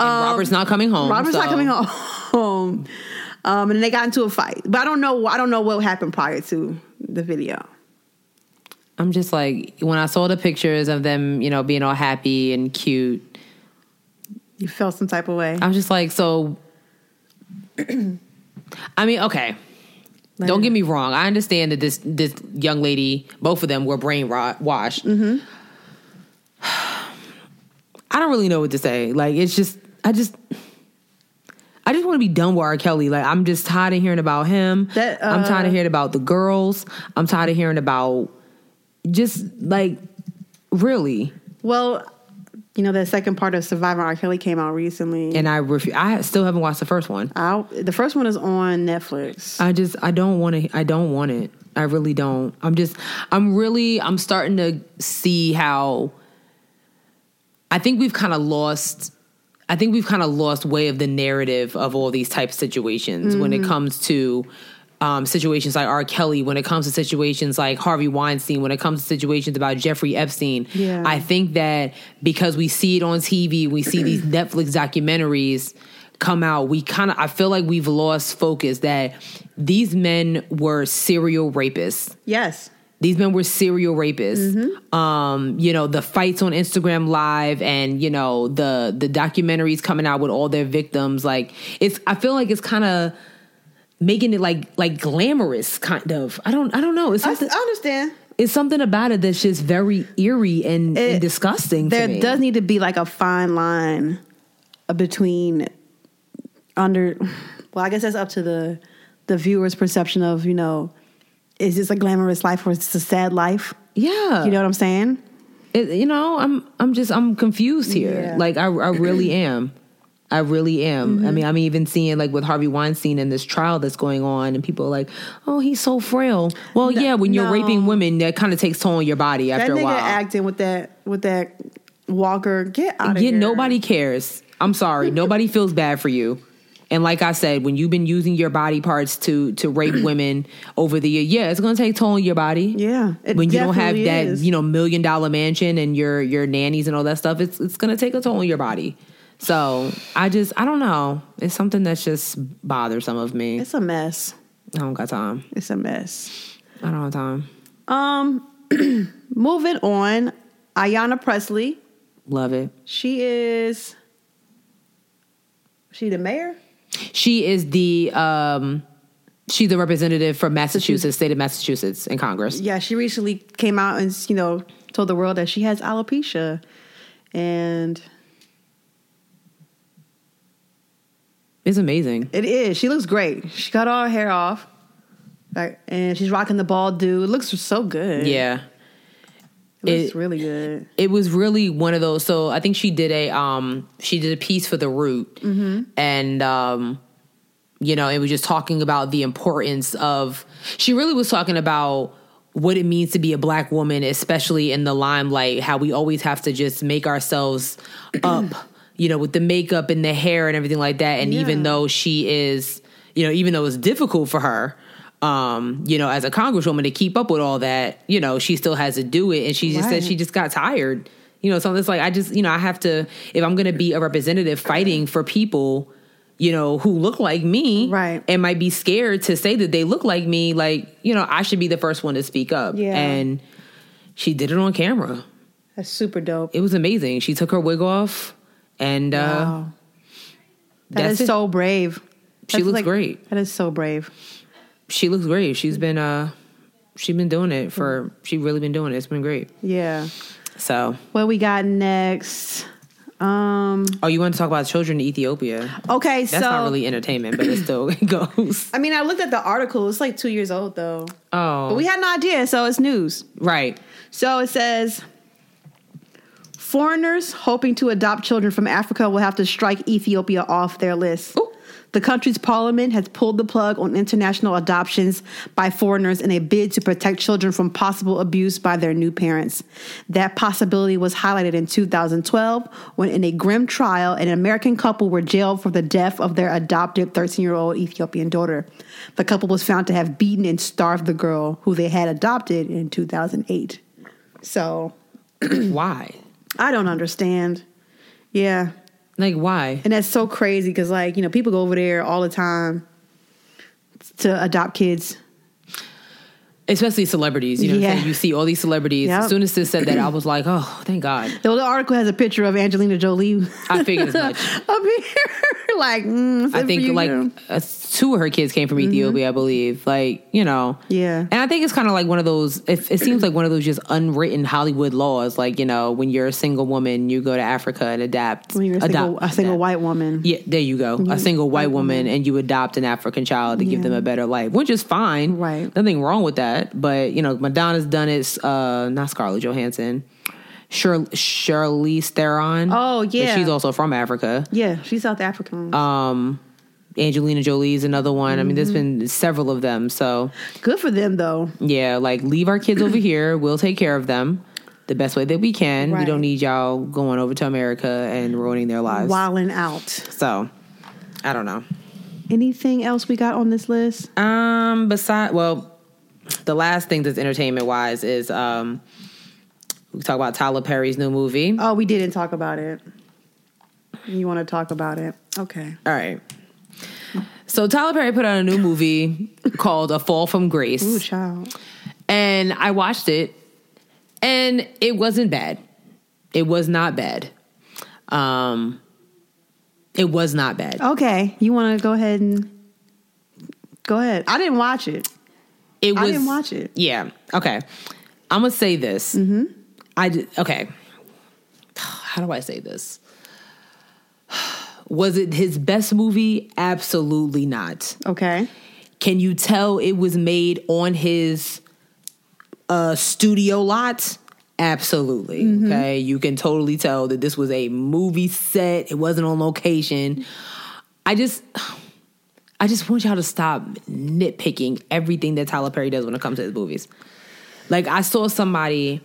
[SPEAKER 2] Robert's not coming home.
[SPEAKER 1] Robert's not
[SPEAKER 2] Oh, so-
[SPEAKER 1] coming home." Um, and they got into a fight. But I don't know. I don't know what happened prior to the video.
[SPEAKER 2] I'm just like when I saw the pictures of them, you know, being all happy and cute.
[SPEAKER 1] You felt some type of way.
[SPEAKER 2] I'm just like, so. I mean, okay. Don't get me wrong. I understand that this this young lady, both of them, were brainwashed. washed.
[SPEAKER 1] Mm-hmm.
[SPEAKER 2] I don't really know what to say. Like, it's just, I just. I just want to be done with R. Kelly. Like I'm just tired of hearing about him.
[SPEAKER 1] That,
[SPEAKER 2] I'm tired
[SPEAKER 1] uh,
[SPEAKER 2] of hearing about the girls. I'm tired of hearing about just like really.
[SPEAKER 1] Well, you know, the second part of Surviving R. Kelly came out recently.
[SPEAKER 2] And I refu- I still haven't watched the first one.
[SPEAKER 1] I, the first one is on Netflix.
[SPEAKER 2] I just I don't want to I don't want it. I really don't. I'm just I'm really I'm starting to see how I think we've kind of lost I think we've kind of lost way of the narrative of all these type situations when it comes to um, situations like R. Kelly, when it comes to situations like Harvey Weinstein, when it comes to situations about Jeffrey Epstein,
[SPEAKER 1] Yeah.
[SPEAKER 2] I think that because we see it on TV, we see these Netflix documentaries come out, we kind of I feel like we've lost focus that these men were serial rapists.
[SPEAKER 1] yes.
[SPEAKER 2] These men were serial rapists.
[SPEAKER 1] Mm-hmm.
[SPEAKER 2] Um, you know, the fights on Instagram Live and, you know, the the documentaries coming out with all their victims. Like it's I feel like it's kinda making it like like glamorous kind of. I don't I don't know. It's
[SPEAKER 1] I,
[SPEAKER 2] something,
[SPEAKER 1] I understand.
[SPEAKER 2] it's something about it that's just very eerie and,
[SPEAKER 1] It-
[SPEAKER 2] and disgusting.
[SPEAKER 1] There
[SPEAKER 2] to me.
[SPEAKER 1] does need to be like a fine line uh, between under, well, I guess that's up to the, the viewer's perception of, you know, is this a glamorous life or is this a sad life?
[SPEAKER 2] Yeah.
[SPEAKER 1] You know what I'm saying?
[SPEAKER 2] it, you know i'm i'm just i'm confused here
[SPEAKER 1] Yeah. Mm-hmm.
[SPEAKER 2] like i i really am i really am i mean i'm even seeing like with harvey weinstein and this trial that's going on and people are like oh he's so frail well yeah when you're
[SPEAKER 1] no.
[SPEAKER 2] raping women that kind of takes toll on your body
[SPEAKER 1] That
[SPEAKER 2] after a
[SPEAKER 1] nigga
[SPEAKER 2] while
[SPEAKER 1] acting with that, with that walker, get out of
[SPEAKER 2] yeah
[SPEAKER 1] here.
[SPEAKER 2] nobody cares i'm sorry nobody feels bad for you And like I said, when you've been using your body parts to to rape women over the year, yeah, it's gonna take toll on your body.
[SPEAKER 1] Yeah, it
[SPEAKER 2] when you don't have
[SPEAKER 1] definitely
[SPEAKER 2] that,
[SPEAKER 1] is.
[SPEAKER 2] you know, million dollar mansion and your your nannies and all that stuff, it's it's gonna take a toll on your body. So I just I don't know. It's something that's just bothersome of me.
[SPEAKER 1] It's a mess.
[SPEAKER 2] I don't got time.
[SPEAKER 1] It's a mess.
[SPEAKER 2] I don't have time.
[SPEAKER 1] Um, moving on. Ayanna Presley.
[SPEAKER 2] Love it.
[SPEAKER 1] She is. She the mayor.
[SPEAKER 2] She is the um she's a representative from Massachusetts, state of Massachusetts in Congress.
[SPEAKER 1] Yeah, she recently came out and you know told the world that she has alopecia, and
[SPEAKER 2] It's amazing.
[SPEAKER 1] it is. She looks great. She cut all her hair off, like, and she's rocking the bald dude. It looks so good.
[SPEAKER 2] Yeah.
[SPEAKER 1] it looks
[SPEAKER 2] it-
[SPEAKER 1] really good.
[SPEAKER 2] it was really one of those so i think she did a um she did a piece for the root and um you know it was just talking about the importance of she really was talking about what it means to be a black woman especially in the limelight how we always have to just make ourselves up you know with the makeup and the hair and everything like that and even
[SPEAKER 1] Yeah.
[SPEAKER 2] though she is you know even though it's difficult for her um you know as a congresswoman to keep up with all that you know she still has to do it and she just said
[SPEAKER 1] Right.
[SPEAKER 2] she just got tired you know so it's like i just you know i have to if i'm gonna be a representative fighting for people you know who look like me
[SPEAKER 1] Right.
[SPEAKER 2] and might be scared to say that they look like me like you know i should be the first one to speak up
[SPEAKER 1] Yeah.
[SPEAKER 2] and she did it on camera
[SPEAKER 1] That's super dope.
[SPEAKER 2] it was amazing she took her wig off and uh
[SPEAKER 1] wow, that
[SPEAKER 2] that's
[SPEAKER 1] is
[SPEAKER 2] it.
[SPEAKER 1] so brave.
[SPEAKER 2] She looks great.
[SPEAKER 1] That is so brave.
[SPEAKER 2] she looks great she's been uh she's been doing it for she really been doing it it's been great
[SPEAKER 1] Yeah.
[SPEAKER 2] so
[SPEAKER 1] What we got next? Um.
[SPEAKER 2] oh you want to talk about children in ethiopia
[SPEAKER 1] Okay,
[SPEAKER 2] that's
[SPEAKER 1] so
[SPEAKER 2] not really entertainment but it still goes
[SPEAKER 1] I mean, I looked at the article. It's like two years old though,
[SPEAKER 2] oh
[SPEAKER 1] but we had an idea, so it's news.
[SPEAKER 2] right
[SPEAKER 1] So it says foreigners hoping to adopt children from Africa will have to strike Ethiopia off their list.
[SPEAKER 2] Ooh.
[SPEAKER 1] The country's parliament has pulled the plug on international adoptions by foreigners in a bid to protect children from possible abuse by their new parents. That possibility was highlighted in 2012 when, in a grim trial, an American couple were jailed for the death of their adopted 13 year old Ethiopian daughter. The couple was found to have beaten and starved the girl who they had adopted in 2008. So
[SPEAKER 2] why
[SPEAKER 1] I don't understand. Yeah.
[SPEAKER 2] like why
[SPEAKER 1] And that's so crazy because, like, you know, people go over there all the time to adopt kids.
[SPEAKER 2] especially celebrities. You know, what I'm
[SPEAKER 1] Yeah.
[SPEAKER 2] saying? you see all these celebrities.
[SPEAKER 1] Yep.
[SPEAKER 2] As soon as this said that, I was like, oh, thank God.
[SPEAKER 1] The little article has a picture of Angelina Jolie
[SPEAKER 2] I figured as much.
[SPEAKER 1] up here. like, mm, it's
[SPEAKER 2] I
[SPEAKER 1] good
[SPEAKER 2] think
[SPEAKER 1] for you,
[SPEAKER 2] like
[SPEAKER 1] girl.
[SPEAKER 2] uh, two of her kids came from Ethiopia, I believe. Like you know,
[SPEAKER 1] Yeah.
[SPEAKER 2] And I think it's kind of like one of those. It, it seems like one of those just unwritten Hollywood laws. Like you know, when you're a single woman, you go to Africa and adapt.
[SPEAKER 1] when you're a single,
[SPEAKER 2] adopt-
[SPEAKER 1] a single
[SPEAKER 2] adapt.
[SPEAKER 1] white woman.
[SPEAKER 2] Yeah, there you go. A single
[SPEAKER 1] Mm-hmm.
[SPEAKER 2] white woman, and you adopt an African child to give them a better life, which is fine.
[SPEAKER 1] Right.
[SPEAKER 2] Nothing wrong with that. But, you know, Madonna's done it, uh, not Scarlett Johansson, Shir- Shirley Theron.
[SPEAKER 1] Oh,
[SPEAKER 2] but
[SPEAKER 1] yeah.
[SPEAKER 2] She's also from Africa.
[SPEAKER 1] Yeah, she's South African.
[SPEAKER 2] Um, Angelina Jolie's another one. I mean, there's
[SPEAKER 1] Mm-hmm.
[SPEAKER 2] been several of them. So,
[SPEAKER 1] good for them, though.
[SPEAKER 2] yeah, like leave our kids over here. We'll take care of them the best way that we can. We
[SPEAKER 1] Right.
[SPEAKER 2] don't need y'all going over to America and ruining their lives.
[SPEAKER 1] Wilding out.
[SPEAKER 2] So, I don't know.
[SPEAKER 1] Anything else we got on this list?
[SPEAKER 2] Um, beside well, the last thing that's entertainment wise is um we talk about Tyler Perry's new movie.
[SPEAKER 1] Oh, we didn't talk about it. You want to talk about it? Okay.
[SPEAKER 2] All right. So Tyler Perry put out a new movie called A Fall from Grace.
[SPEAKER 1] Ooh, child.
[SPEAKER 2] and I watched it, and it wasn't bad. It was not bad. Um it was not bad.
[SPEAKER 1] Okay, you want to go ahead and go ahead. I didn't watch it.
[SPEAKER 2] It
[SPEAKER 1] I
[SPEAKER 2] was
[SPEAKER 1] didn't watch it.
[SPEAKER 2] Yeah. Okay. I'm gonna say this. Mm-hmm. I d- okay. How do I say this? Was it his best movie? Absolutely not.
[SPEAKER 1] Okay.
[SPEAKER 2] Can you tell it was made on his uh, studio lot? Absolutely. Okay. You can totally tell that this was a movie set. It wasn't on location. I just I just want y'all to stop nitpicking everything that Tyler Perry does when it comes to his movies. Like I saw somebody,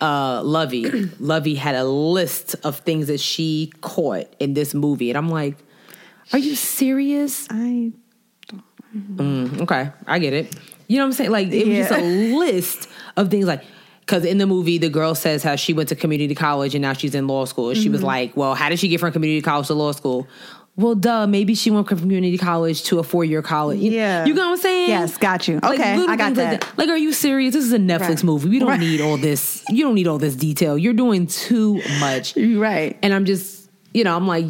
[SPEAKER 2] uh, Lovey, Lovey had a list of things that she caught in this movie, and I'm like, Are you serious?
[SPEAKER 1] I
[SPEAKER 2] Okay, I get it. You know what I'm saying? Like it was
[SPEAKER 1] Yeah.
[SPEAKER 2] just a list of things like because in the movie the girl says how she went to community college and now she's in law school. She
[SPEAKER 1] Mm-hmm.
[SPEAKER 2] was like, "Well, how did she get from community college to law school?" Well, duh, maybe she went from community college to a four year college. You-
[SPEAKER 1] Yeah.
[SPEAKER 2] You know what I'm saying?
[SPEAKER 1] Yes, got you. Okay,
[SPEAKER 2] little
[SPEAKER 1] I got
[SPEAKER 2] things
[SPEAKER 1] that.
[SPEAKER 2] Like, Like, are you serious? This is a Netflix
[SPEAKER 1] Right.
[SPEAKER 2] movie. We don't
[SPEAKER 1] Right.
[SPEAKER 2] need all this. You don't need all this detail. You're doing too much.
[SPEAKER 1] you're right.
[SPEAKER 2] And I'm just, you know, I'm like,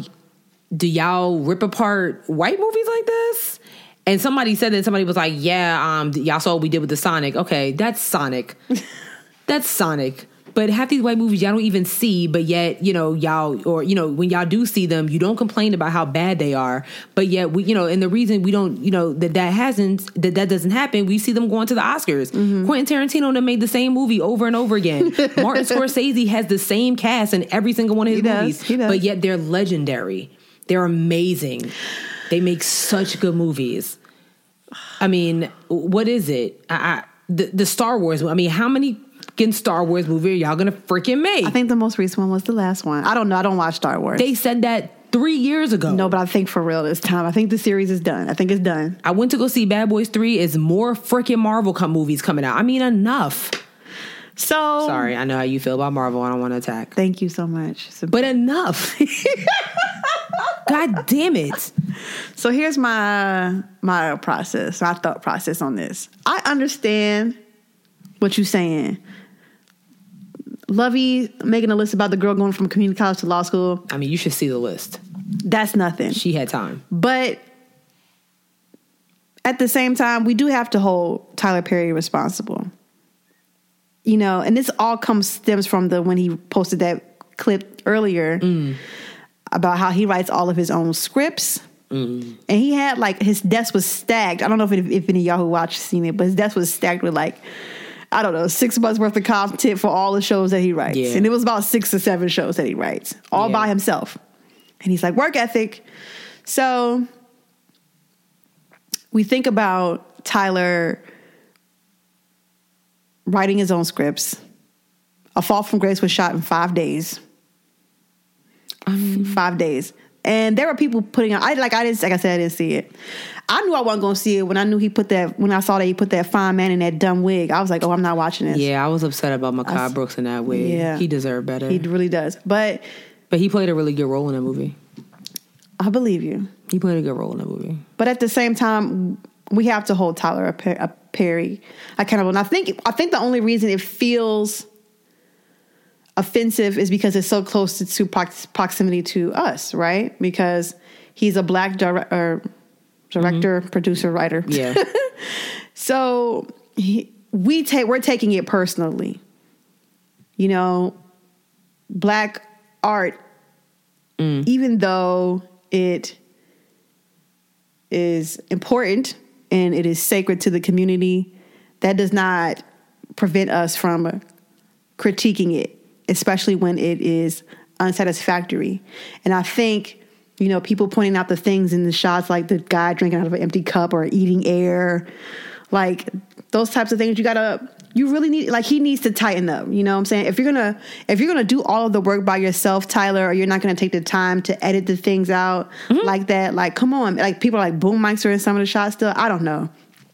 [SPEAKER 2] do y'all rip apart white movies like this? And somebody said that somebody was like, yeah, um, y'all saw what we did with the Sonic. Okay, that's Sonic. that's Sonic. But half these white movies y'all don't even see, but yet, you know, y'all, or, you know, when y'all do see them, you don't complain about how bad they are. But yet, we, you know, and the reason we don't, you know, that that hasn't, that that doesn't happen, we see them going to the Oscars.
[SPEAKER 1] Mm-hmm.
[SPEAKER 2] Quentin Tarantino done made the same movie over and over again. Martin Scorsese has the same cast in every single one of his
[SPEAKER 1] He does,
[SPEAKER 2] movies,
[SPEAKER 1] he does.
[SPEAKER 2] but yet they're legendary. They're amazing. They make such good movies. I mean, what is it? I, I the, the Star Wars. I mean, how many fucking Star Wars movie are y'all gonna freaking make?
[SPEAKER 1] I think the most recent one was the last one. I don't know. I don't watch Star Wars.
[SPEAKER 2] they said that three years ago.
[SPEAKER 1] no, but I think for real this time. I think the series is done. I think it's done.
[SPEAKER 2] I went to go see Bad Boys Three. Is more freaking Marvel com- movies coming out? I mean, enough.
[SPEAKER 1] So
[SPEAKER 2] Sorry, I know how you feel about Marvel. I don't want to attack,
[SPEAKER 1] Thank you so much. So,
[SPEAKER 2] but enough. God damn it!
[SPEAKER 1] so here's my my process, my thought process on this. I understand what you're saying. Lovey making a list about the girl going from community college to law school.
[SPEAKER 2] I mean, you should see the list.
[SPEAKER 1] That's nothing.
[SPEAKER 2] She had time.
[SPEAKER 1] But at the same time, we do have to hold Tyler Perry responsible. You know, and this all comes stems from the when he posted that clip earlier about how he writes all of his own scripts. And he had like his desk was stacked. I don't know if, if any of y'all who watched seen it, but his desk was stacked with like, I don't know, six months worth of content for all the shows that he writes.
[SPEAKER 2] Yeah.
[SPEAKER 1] And it was about six or seven shows that he writes all
[SPEAKER 2] Yeah.
[SPEAKER 1] by himself. And he's like, work ethic. So we think about Tyler writing his own scripts. A Fall from Grace was shot in five days.
[SPEAKER 2] Um,
[SPEAKER 1] five days. And there were people putting out I like I didn't like I said I didn't see it. I knew I wasn't gonna see it when I knew he put that when I saw that he put that fine man in that dumb wig. I was like, oh I'm not watching this.
[SPEAKER 2] Yeah, I was upset about Makai Brooks in that way.
[SPEAKER 1] Yeah.
[SPEAKER 2] He deserved better.
[SPEAKER 1] He really does. But
[SPEAKER 2] But he played a really good role in that movie.
[SPEAKER 1] I believe you.
[SPEAKER 2] He played a good role in that movie.
[SPEAKER 1] But at the same time, we have to hold Tyler a, per- a Perry accountable. And I think I think the only reason it feels offensive is because it's so close to, to prox- proximity to us, right? Because he's a black dire- or director, producer, writer.
[SPEAKER 2] Yeah.
[SPEAKER 1] So he, we take we're taking it personally. You know, black art, even though it is important and it is sacred to the community, that does not prevent us from critiquing it, especially when it is unsatisfactory. And I think, you know, people pointing out the things in the shots, like the guy drinking out of an empty cup or eating air, like those types of things, you gotta. You really need like he needs to tighten up, you know what I'm saying? If you're going to if you're going to do all of the work by yourself, Tyler, or you're not going to take the time to edit the things out
[SPEAKER 2] Mm-hmm.
[SPEAKER 1] like that, like come on, like people are like boom mics are in some of the shots still. I don't know.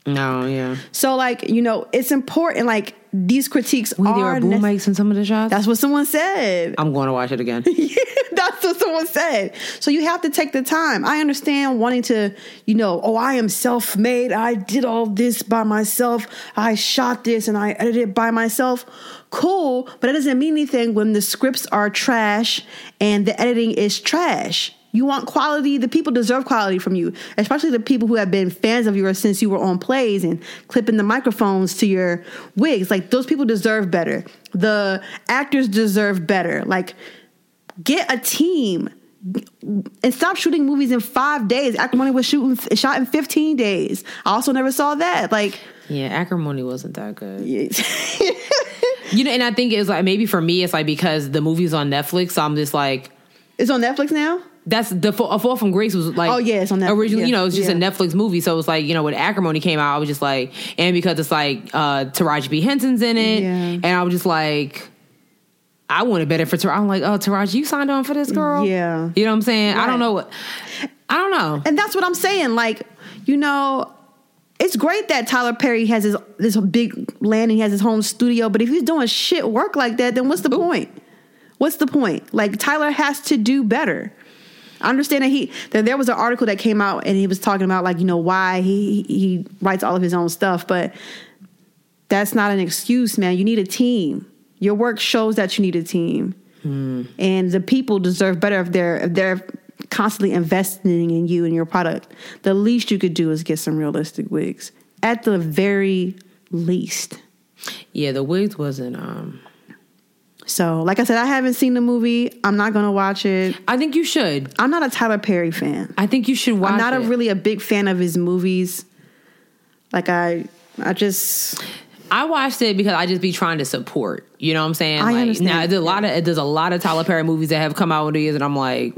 [SPEAKER 2] no, yeah.
[SPEAKER 1] So like, you know, it's important like these critiques
[SPEAKER 2] Wait, there
[SPEAKER 1] are
[SPEAKER 2] were boom
[SPEAKER 1] nec-
[SPEAKER 2] mics in some of the shots?
[SPEAKER 1] that's what someone said.
[SPEAKER 2] I'm going to watch it again.
[SPEAKER 1] That's what someone said. So you have to take the time. I understand wanting to, you know, oh, I am self made. I did all this by myself. I shot this and I edited it by myself. Cool, but that doesn't mean anything when the scripts are trash and the editing is trash. You want quality. The people deserve quality from you, especially the people who have been fans of yours since you were on plays and clipping the microphones to your wigs. Like, those people deserve better. The actors deserve better. Like, get a team and stop shooting movies in five days. Acrimony was shooting shot in fifteen days. I also never saw that. Like,
[SPEAKER 2] yeah, Acrimony wasn't that good.
[SPEAKER 1] it's
[SPEAKER 2] You know, and I think it's like maybe for me, it's like because the movie's on Netflix, so I'm just like,
[SPEAKER 1] on Netflix now.
[SPEAKER 2] that's the Fa- a fall from grace was like
[SPEAKER 1] Oh, yeah, it's on Netflix,
[SPEAKER 2] originally
[SPEAKER 1] yeah,
[SPEAKER 2] you know it's just a
[SPEAKER 1] yeah.
[SPEAKER 2] Netflix movie so it's like you know when acrimony came out I was just like and because it's like uh Taraji B Henson's in it
[SPEAKER 1] Yeah.
[SPEAKER 2] and I was just like I wanted better for Taraji I'm like oh Taraji you signed on for this girl
[SPEAKER 1] Yeah.
[SPEAKER 2] you know what I'm saying I don't
[SPEAKER 1] Right.
[SPEAKER 2] know what I don't know.
[SPEAKER 1] And that's what I'm saying. Like, you know, it's great that Tyler Perry has his this big land and he has his home studio, but if he's doing shit work like that, then what's the point? What's the point? Like Tyler has to do better. I understand that he that there was an article that came out and he was talking about like, you know, why he he- he writes all of his own stuff, but that's not an excuse, man. You need a team. Your work shows that you need a team.
[SPEAKER 2] Hmm.
[SPEAKER 1] And the people deserve better if they're if they're constantly investing in you and your product. The least you could do is get some realistic wigs. At the very least.
[SPEAKER 2] Yeah, the wigs wasn't. um
[SPEAKER 1] So, like I said, I haven't seen the movie. I'm not gonna watch it.
[SPEAKER 2] I think you should.
[SPEAKER 1] I'm not a Tyler Perry fan.
[SPEAKER 2] I think you should watch.
[SPEAKER 1] I'm not a
[SPEAKER 2] it.
[SPEAKER 1] really a big fan of his movies. Like I, I just
[SPEAKER 2] I watched it because I just be trying to support. You know what I'm saying?
[SPEAKER 1] I
[SPEAKER 2] like,
[SPEAKER 1] understand.
[SPEAKER 2] Now there's a lot of there's a lot of Tyler Perry movies that have come out over the years, and I'm like,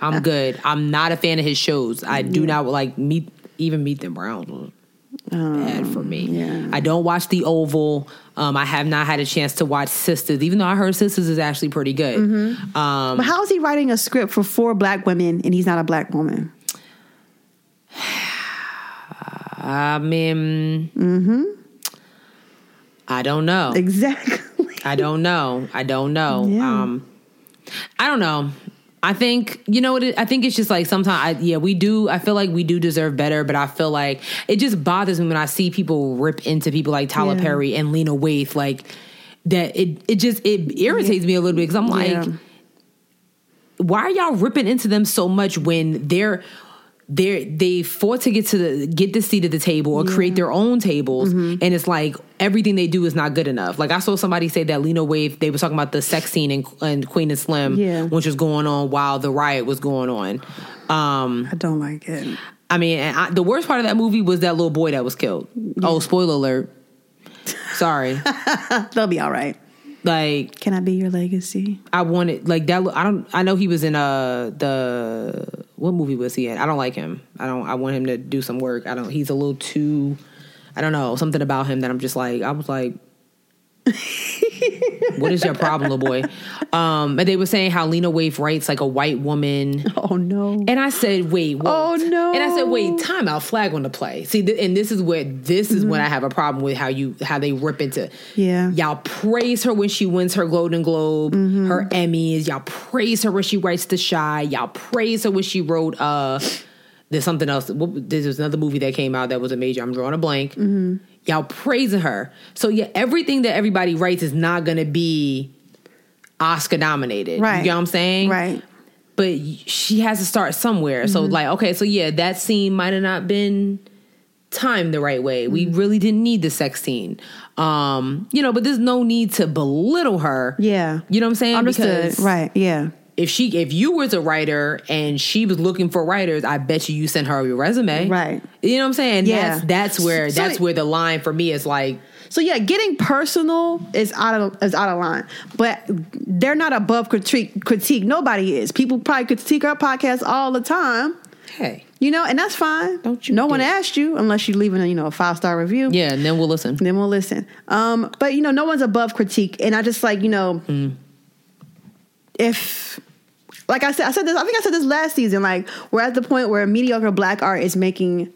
[SPEAKER 2] I'm good. I'm not a fan of his shows. I do not like meet even meet them Brown. Bad for me.
[SPEAKER 1] Um, yeah.
[SPEAKER 2] I don't watch The Oval. Um, I have not had a chance to watch Sisters, even though I heard Sisters is actually pretty good.
[SPEAKER 1] Mm-hmm.
[SPEAKER 2] Um,
[SPEAKER 1] But how is he writing a script for four black women and he's not a black woman?
[SPEAKER 2] I mean,
[SPEAKER 1] Mm-hmm.
[SPEAKER 2] I don't know.
[SPEAKER 1] Exactly.
[SPEAKER 2] I don't know. I don't know.
[SPEAKER 1] Yeah.
[SPEAKER 2] Um, I don't know. I think you know what it, I think it's just like sometimes I yeah we do I feel like we do deserve better but I feel like it just bothers me when I see people rip into people like Tyler
[SPEAKER 1] Yeah.
[SPEAKER 2] Perry and Lena Waithe like that it it just it irritates me a little bit cuz I'm like
[SPEAKER 1] Yeah.
[SPEAKER 2] why are y'all ripping into them so much when they're they're they fought to get to the get the seat at the table or create their own tables and it's like everything they do is not good enough like i saw somebody say that lena wave they were talking about the sex scene in, in queen and slim
[SPEAKER 1] Yeah.
[SPEAKER 2] which was going on while the riot was going on um
[SPEAKER 1] I don't like it.
[SPEAKER 2] i mean and I, the worst part of that movie was that little boy that was killed oh spoiler alert sorry
[SPEAKER 1] They'll be all right.
[SPEAKER 2] like
[SPEAKER 1] Can I be your legacy?
[SPEAKER 2] I wanted like that. I don't. I know he was in uh the what movie was he in? I don't like him. I don't. I want him to do some work. I don't. He's a little too. I don't know something about him that I'm just like I was like. what is your problem, little boy? Um, and they were saying how Lena Waif writes like a white woman.
[SPEAKER 1] Oh no.
[SPEAKER 2] And I said, wait, what?
[SPEAKER 1] Oh, no.
[SPEAKER 2] And I said, wait, time out, flag on the play. See, th- and this is where this is when I have a problem with how you how they rip into.
[SPEAKER 1] Mm-hmm. Yeah. Mm-hmm.
[SPEAKER 2] y'all praise her when she wins her Golden Globe, her Emmys. Y'all praise her when she writes The Shy. Y'all praise her when she wrote uh. There's something else. What, there's was another movie that came out that was a major. I'm drawing a blank.
[SPEAKER 1] Mm-hmm.
[SPEAKER 2] Y'all praising her. So yeah, everything that everybody writes is not gonna be Oscar nominated.
[SPEAKER 1] Right.
[SPEAKER 2] You get what I'm saying?
[SPEAKER 1] Right.
[SPEAKER 2] but she has to start somewhere. So
[SPEAKER 1] Mm-hmm.
[SPEAKER 2] like, okay, so yeah, that scene might have not been timed the right way. We
[SPEAKER 1] Mm-hmm.
[SPEAKER 2] really didn't need the sex scene. Um, you know, but there's no need to belittle her.
[SPEAKER 1] Yeah.
[SPEAKER 2] You know what I'm saying?
[SPEAKER 1] Understood.
[SPEAKER 2] Because
[SPEAKER 1] right. Yeah.
[SPEAKER 2] If she if you was a writer and she was looking for writers, I bet you you sent her your resume.
[SPEAKER 1] Right.
[SPEAKER 2] You know what I'm saying?
[SPEAKER 1] Yeah.
[SPEAKER 2] That's that's where
[SPEAKER 1] So-
[SPEAKER 2] that's where the line for me is like
[SPEAKER 1] So yeah, getting personal is out of is out of line. But they're not above critique critique. Nobody is. People probably critique our podcast all the time.
[SPEAKER 2] hey.
[SPEAKER 1] You know, and that's fine.
[SPEAKER 2] Don't you
[SPEAKER 1] No one
[SPEAKER 2] dare.
[SPEAKER 1] asked you unless you leaving a you know a five star review.
[SPEAKER 2] Yeah, and then we'll listen.
[SPEAKER 1] Then we'll listen. Um, but you know, no one's above critique, and I just like you know,
[SPEAKER 2] Mm.
[SPEAKER 1] if like I said, I said this. I think I said this last season. Like we're at the point where mediocre black art is making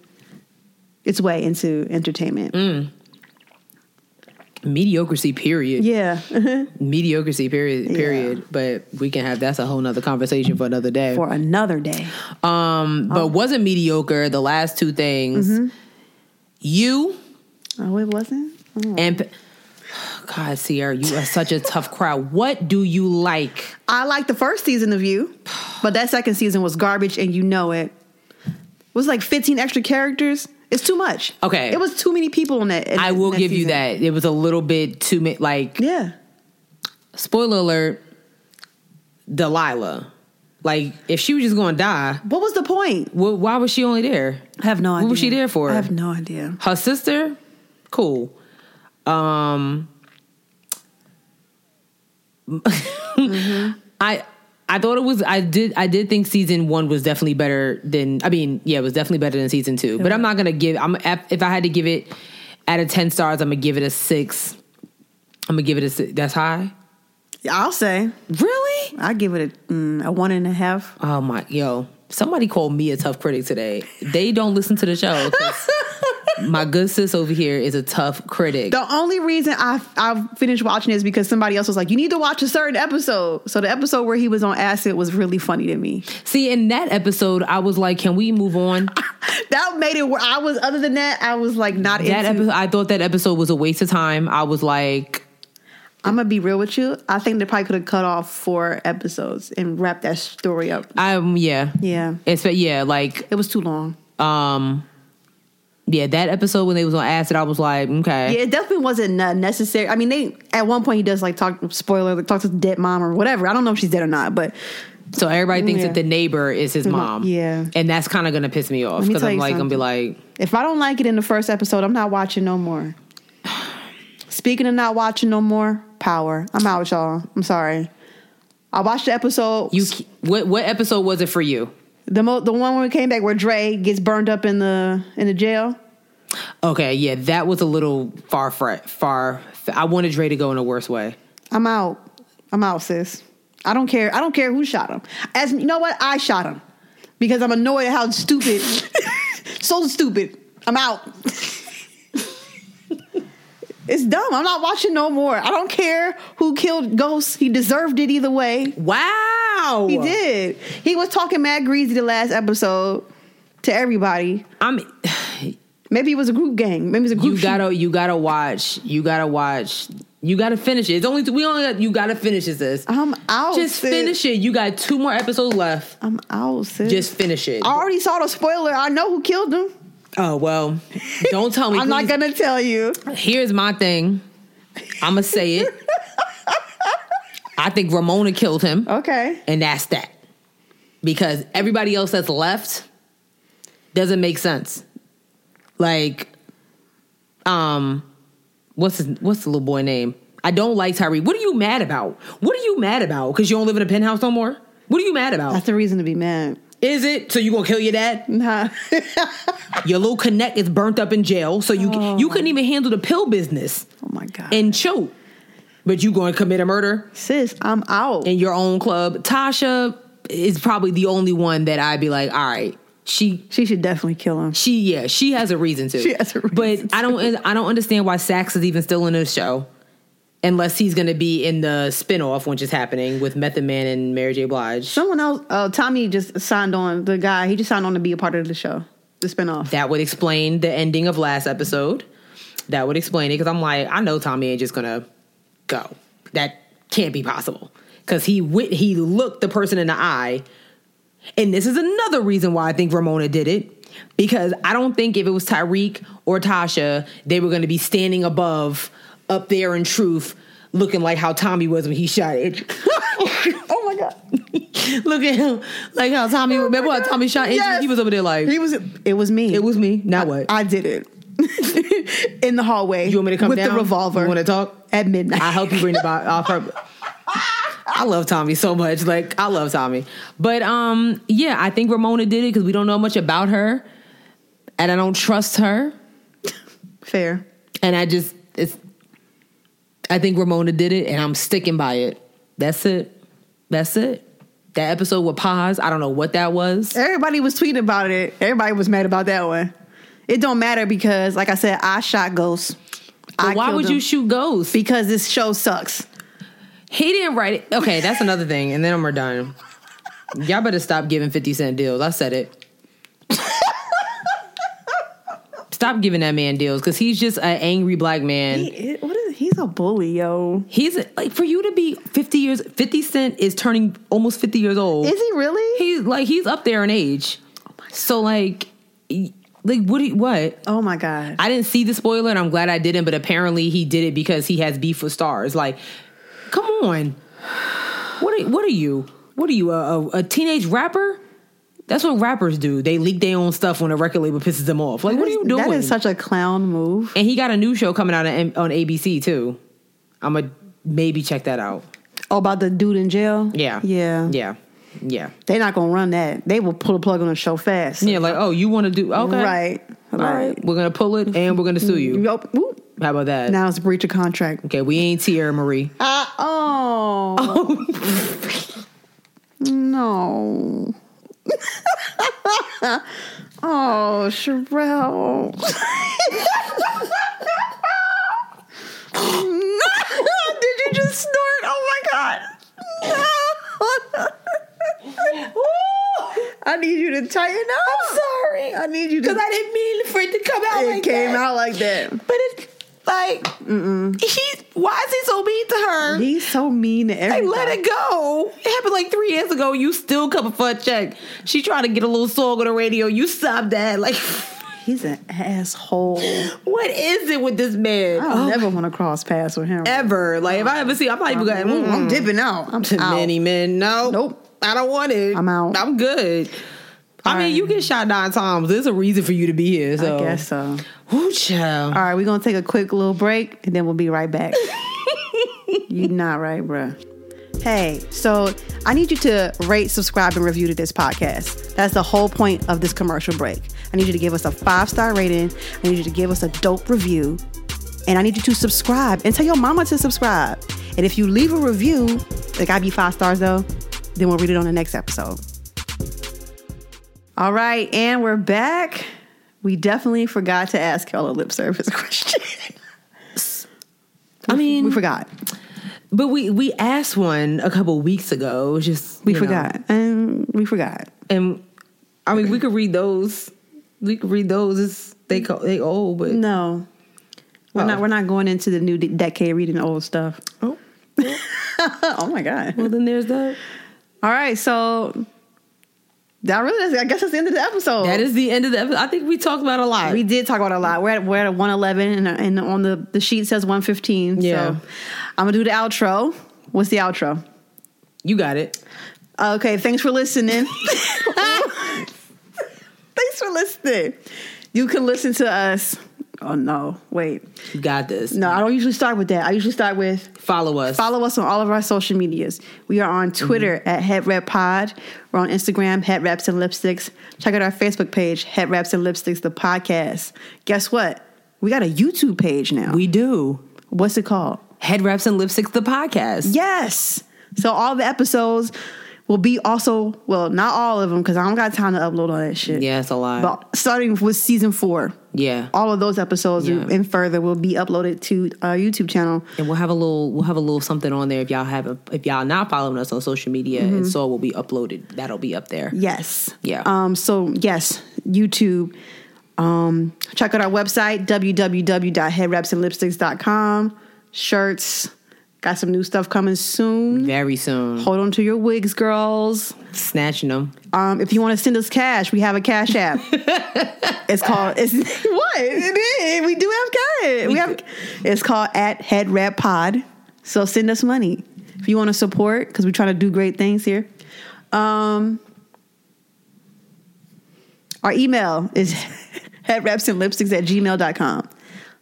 [SPEAKER 1] its way into entertainment.
[SPEAKER 2] Mm. Mediocrity period.
[SPEAKER 1] Yeah,
[SPEAKER 2] Mediocrity period period. But we can have that's a whole nother conversation for another day.
[SPEAKER 1] for another day.
[SPEAKER 2] Um, but wasn't mediocre the last two things. You
[SPEAKER 1] Oh, it wasn't.
[SPEAKER 2] and God, Sierra, you are such a tough crowd. What do you like?
[SPEAKER 1] I liked the first season of you, but that second season was garbage, and you know it. It was like fifteen extra characters. It's too much.
[SPEAKER 2] Okay.
[SPEAKER 1] it was too many people in that. in
[SPEAKER 2] I
[SPEAKER 1] that-
[SPEAKER 2] will
[SPEAKER 1] in
[SPEAKER 2] give you
[SPEAKER 1] season.
[SPEAKER 2] that. It was a little bit too many. Like
[SPEAKER 1] Yeah.
[SPEAKER 2] spoiler alert, Delilah. Like if she was just going to die,
[SPEAKER 1] What was the point?
[SPEAKER 2] wh why was she only there?
[SPEAKER 1] I have no idea.
[SPEAKER 2] What was she there for?
[SPEAKER 1] I have no idea.
[SPEAKER 2] Her sister, cool. Um, I I thought it was I did I did think season one was definitely better than I mean yeah it was definitely better than season two. But I'm not gonna give I'm if I had to give it out of ten stars I'm gonna give it a six. I'm gonna give it a six. That's high.
[SPEAKER 1] I'll say.
[SPEAKER 2] Really?
[SPEAKER 1] I give it a, mm, a one and a half.
[SPEAKER 2] Oh my, yo! Somebody called me a tough critic today. They don't listen to the show. 'cause my good sis over here is a tough critic.
[SPEAKER 1] The only reason I I finished watching is because somebody else was like, "You need to watch a certain episode." So the episode where he was on acid was really funny to me.
[SPEAKER 2] See, in that episode, I was like, "Can we move on?"
[SPEAKER 1] That made it. where I was other than that, I was like not
[SPEAKER 2] That
[SPEAKER 1] into.
[SPEAKER 2] episode, I thought that episode was a waste of time. I was like,
[SPEAKER 1] I'm gonna be real with you. I think they probably could have cut off four episodes and wrapped that story up.
[SPEAKER 2] "I'm yeah,
[SPEAKER 1] Yeah,
[SPEAKER 2] it's yeah, like
[SPEAKER 1] it was too long.
[SPEAKER 2] um, yeah." That episode when they was on acid, I was like, "Okay."
[SPEAKER 1] Yeah, it definitely wasn't ne- necessary. I mean, they at one point he does like talk spoiler, like talk to the dead mom or whatever. I don't know if she's dead or not, but
[SPEAKER 2] So everybody thinks
[SPEAKER 1] Yeah. Mm-hmm.
[SPEAKER 2] that the neighbor is his mom.
[SPEAKER 1] yeah.
[SPEAKER 2] and that's kind of gonna piss me off
[SPEAKER 1] Let me
[SPEAKER 2] because
[SPEAKER 1] tell
[SPEAKER 2] I'm
[SPEAKER 1] you
[SPEAKER 2] like gonna be like,
[SPEAKER 1] If I don't like it in the first episode, I'm not watching no more. Speaking of not watching no more, power. I'm out, y'all. I'm sorry. I watched the episode.
[SPEAKER 2] "You, what what episode was it for you?"
[SPEAKER 1] the mo- the one when we came back where Dre gets burned up in the in the jail.
[SPEAKER 2] Okay, yeah, that was a little far far. far I wanted Dre to go in a worse way.
[SPEAKER 1] I'm out. I'm out, sis. I don't care. I don't care who shot him. As you know what, I shot him because I'm annoyed at how stupid, so stupid. I'm out. it's dumb. I'm not watching no more. I don't care who killed Ghost. He deserved it either way.
[SPEAKER 2] Wow,
[SPEAKER 1] He did. He was talking mad greasy the last episode to everybody.
[SPEAKER 2] I'm.
[SPEAKER 1] Maybe it was a group gang. Maybe it was a group.
[SPEAKER 2] You
[SPEAKER 1] shoot.
[SPEAKER 2] gotta, you gotta watch. You gotta watch. You gotta finish it. It's only we only got. You gotta finish this. sis.
[SPEAKER 1] I'm out.
[SPEAKER 2] Just
[SPEAKER 1] Oh, sis.
[SPEAKER 2] finish it. You got two more episodes left.
[SPEAKER 1] I'm out, sis.
[SPEAKER 2] Just finish it.
[SPEAKER 1] I already saw the spoiler. I know who killed him.
[SPEAKER 2] Oh well, don't tell me.
[SPEAKER 1] I'm not
[SPEAKER 2] please.
[SPEAKER 1] gonna tell you.
[SPEAKER 2] Here's my thing. I'm gonna say it. I think Ramona killed him,
[SPEAKER 1] Okay.
[SPEAKER 2] and that's that. Because everybody else that's left doesn't make sense. Like, um, what's his, what's the little boy name? I don't like Tyree. What are you mad about? What are you mad about? Because you don't live in a penthouse no more. What are you mad about?
[SPEAKER 1] That's the reason to be mad.
[SPEAKER 2] Is it so you gonna kill your dad?
[SPEAKER 1] Nah.
[SPEAKER 2] Oh Your little connect is burnt up in jail, so you you couldn't even handle the pill business.
[SPEAKER 1] oh my god.
[SPEAKER 2] and choke. But you going to commit a murder
[SPEAKER 1] Sis, I'm out.
[SPEAKER 2] in your own club. Tasha is probably the only one that I'd be like, all right, she
[SPEAKER 1] she should definitely kill him.
[SPEAKER 2] she yeah she has a reason to.
[SPEAKER 1] She has a reason
[SPEAKER 2] But I don't I don't understand why Sax is even still in the show. Unless he's going to be in the spinoff, which is happening with Method Man and Mary J. Blige.
[SPEAKER 1] Someone else, uh, Tommy just signed on. The guy, he just signed on to be a part of the show, the spinoff.
[SPEAKER 2] That would explain the ending of last episode. That would explain it because I'm like, I know Tommy ain't just gonna go. That can't be possible because he went, he looked the person in the eye, and this is another reason why I think Ramona did it because I don't think if it was Tyreek or Tasha, they were gonna be standing above, up there in truth, looking like how Tommy was when he shot it.
[SPEAKER 1] oh my god.
[SPEAKER 2] Look at him, like how Tommy.
[SPEAKER 1] Oh my
[SPEAKER 2] remember how
[SPEAKER 1] God.
[SPEAKER 2] Tommy shot? Andrew?
[SPEAKER 1] Yes.
[SPEAKER 2] He was over there like
[SPEAKER 1] He was. It was me.
[SPEAKER 2] it was me. Now what?
[SPEAKER 1] I did it in the hallway.
[SPEAKER 2] You want me to come
[SPEAKER 1] with
[SPEAKER 2] down?
[SPEAKER 1] the revolver?
[SPEAKER 2] You want to talk?
[SPEAKER 1] at midnight?
[SPEAKER 2] I help you bring the box. I'll prob- I love Tommy so much. Like I love Tommy, but um, yeah, I think Ramona did it because we don't know much about her, and I don't trust her,
[SPEAKER 1] Fair.
[SPEAKER 2] and I just it's. I think Ramona did it, and I'm sticking by it. That's it. That's it. That episode with Paz, I don't know what that was.
[SPEAKER 1] Everybody was tweeting about it. Everybody was mad about that one. It don't matter because, like I said, I shot ghosts. I
[SPEAKER 2] But why
[SPEAKER 1] killed
[SPEAKER 2] would
[SPEAKER 1] him
[SPEAKER 2] you shoot ghosts?
[SPEAKER 1] Because this show sucks.
[SPEAKER 2] He didn't write it. Okay, that's another thing. And then we're done. Y'all better stop giving 50 cent deals. I said it. stop giving that man deals because he's just an angry black man.
[SPEAKER 1] He, what is? He's a bully, yo.
[SPEAKER 2] He's like, for you to be 50 years, 50 Cent is turning almost 50 years old.
[SPEAKER 1] Is he really?
[SPEAKER 2] He's like, he's up there in age. So, like, y- like what? do you- What?
[SPEAKER 1] oh my god.
[SPEAKER 2] I didn't see the spoiler and I'm glad I didn't, but apparently he did it because he has beef with stars. Like, come on. What are, what are you? What are you, a, a, a teenage rapper? That's what rappers do. They leak their own stuff when a record label pisses them off. Like, what are you doing?
[SPEAKER 1] That is such a clown move.
[SPEAKER 2] and he got a new show coming out on, on ABC too. I'm going to maybe check that out.
[SPEAKER 1] Oh, about the dude in jail.
[SPEAKER 2] Yeah.
[SPEAKER 1] yeah,
[SPEAKER 2] Yeah. Yeah.
[SPEAKER 1] They're not gonna run that. They will pull a plug on the show fast.
[SPEAKER 2] Yeah. Like, oh, you want to do, okay.
[SPEAKER 1] Right.
[SPEAKER 2] All right. We're going to pull it and we're going to sue you.
[SPEAKER 1] Yup. Whoop.
[SPEAKER 2] How about that?
[SPEAKER 1] Now it's a breach of contract.
[SPEAKER 2] Okay. We ain't Tierra Marie.
[SPEAKER 1] Uh, oh. No. oh, Sherelle. Did you just snort? Oh my god. No. I need you to tighten up. I'm sorry. I need you to.
[SPEAKER 2] Because I didn't mean for it to come out
[SPEAKER 1] it
[SPEAKER 2] like
[SPEAKER 1] came
[SPEAKER 2] that.
[SPEAKER 1] out like that.
[SPEAKER 2] But it's like, he, why is he so mean to her?
[SPEAKER 1] He's so mean to
[SPEAKER 2] Like,
[SPEAKER 1] everybody.
[SPEAKER 2] let it go. It happened like three years ago. You still coming for a check. She tried to get a little song on the radio. You stopped that. Like,
[SPEAKER 1] He's an asshole.
[SPEAKER 2] what is it with this man?
[SPEAKER 1] I don't never want to cross paths with him.
[SPEAKER 2] Ever. Like, if I ever see, I'm not even going,
[SPEAKER 1] Mm,
[SPEAKER 2] mm,
[SPEAKER 1] I'm dipping out. I'm
[SPEAKER 2] too
[SPEAKER 1] out.
[SPEAKER 2] many men. No.
[SPEAKER 1] Nope.
[SPEAKER 2] I don't want it.
[SPEAKER 1] I'm out.
[SPEAKER 2] I'm good. I
[SPEAKER 1] All
[SPEAKER 2] mean,
[SPEAKER 1] right.
[SPEAKER 2] you get shot nine times. There's a reason for you to be here. So,
[SPEAKER 1] I guess so.
[SPEAKER 2] Ooh, child.
[SPEAKER 1] All right, we're gonna take a quick little break and then we'll be right back. you not right, bruh. Hey, so I need you to rate, subscribe, and review to this podcast. That's the whole point of this commercial break. I need you to give us a five star rating. I need you to give us a dope review. And I need you to subscribe and tell your mama to subscribe. And if you leave a review, it gotta be five stars though, then we'll read it on the next episode. All right, and we're back. We definitely forgot to ask y'all a lip service question.
[SPEAKER 2] I mean,
[SPEAKER 1] we forgot.
[SPEAKER 2] but we we asked one a couple weeks ago. It was Just
[SPEAKER 1] We
[SPEAKER 2] you know.
[SPEAKER 1] forgot. And we forgot.
[SPEAKER 2] and I mean, we could read those. We could read those. It's, they co- they old, but
[SPEAKER 1] No. We're
[SPEAKER 2] Oh.
[SPEAKER 1] not we're not going into the new de- decade reading the old stuff.
[SPEAKER 2] Oh.
[SPEAKER 1] oh my god.
[SPEAKER 2] well, then there's that.
[SPEAKER 1] All right, so that really is, I guess that's the end of the episode.
[SPEAKER 2] That is the end of the episode. I think we talked about a lot.
[SPEAKER 1] we did talk about it a lot. We're at we're at a 111 and, and on the the sheet says 115.
[SPEAKER 2] Yeah.
[SPEAKER 1] So I'm going to do the outro. What's the outro?
[SPEAKER 2] you got it.
[SPEAKER 1] Okay, thanks for listening. thanks for listening. You can listen to us. Oh no, wait.
[SPEAKER 2] You got this.
[SPEAKER 1] No, I don't usually start with that. I usually start with
[SPEAKER 2] Follow us.
[SPEAKER 1] follow us on all of our social medias. We are on Twitter
[SPEAKER 2] Mm-hmm.
[SPEAKER 1] at Head Rep Pod. We're on Instagram, Head Reps and Lipsticks. Check out our Facebook page, Head Reps and Lipsticks, the podcast. Guess what? We got a YouTube page now.
[SPEAKER 2] we do.
[SPEAKER 1] What's it called?
[SPEAKER 2] Head wraps and lipsticks, the podcast.
[SPEAKER 1] Yes. So all the episodes will be also, well, not all of them, because I don't got time to upload all that shit.
[SPEAKER 2] Yeah, it's a lot.
[SPEAKER 1] But starting with season four,
[SPEAKER 2] yeah.
[SPEAKER 1] all of those episodes
[SPEAKER 2] Yeah.
[SPEAKER 1] and further will be uploaded to our YouTube channel.
[SPEAKER 2] And we'll have a little we'll have a little something on there if y'all haven't if y'all not following us on social media
[SPEAKER 1] Mm-hmm.
[SPEAKER 2] and so it will be uploaded. That'll be up there.
[SPEAKER 1] Yes.
[SPEAKER 2] Yeah.
[SPEAKER 1] Um, so yes, YouTube. Um, check out our website, www.headwrapsandlipsticks.com. Shirts. Got some new stuff coming soon.
[SPEAKER 2] Very soon.
[SPEAKER 1] Hold on to your wigs, girls.
[SPEAKER 2] Snatching them.
[SPEAKER 1] Um, if you want to send us cash, we have a cash app. it's called it's what it is. We do have cash. We, have it's called at Head Rap Pod. So send us money if you want to support because we're trying to do great things here. Um, our email is headrapsandlipsticks at gmail.com.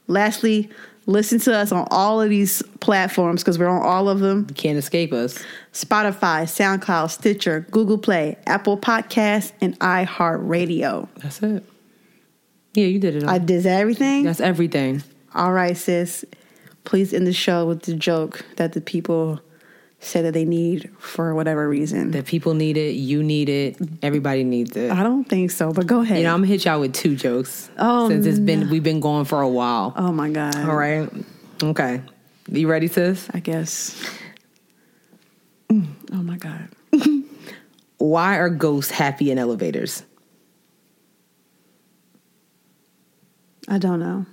[SPEAKER 1] Lastly, listen to us on all of these platforms because we're on all of them.
[SPEAKER 2] Can't escape us.
[SPEAKER 1] Spotify, SoundCloud, Stitcher, Google Play, Apple Podcasts, and iHeartRadio.
[SPEAKER 2] That's it. Yeah, you did it all.
[SPEAKER 1] I did everything.
[SPEAKER 2] That's everything.
[SPEAKER 1] All right, sis. Please end the show with the joke that the people say that they need for whatever reason.
[SPEAKER 2] That people need it, you need it, everybody needs it.
[SPEAKER 1] I don't think so, but go ahead.
[SPEAKER 2] You know, I'm gonna hit y'all with two jokes.
[SPEAKER 1] Oh,
[SPEAKER 2] since it's been we've been going for a while.
[SPEAKER 1] oh my God.
[SPEAKER 2] All right. Okay. You ready, sis?
[SPEAKER 1] I guess.
[SPEAKER 2] Mm,
[SPEAKER 1] Oh my God.
[SPEAKER 2] Why are ghosts happy in elevators?
[SPEAKER 1] I don't know.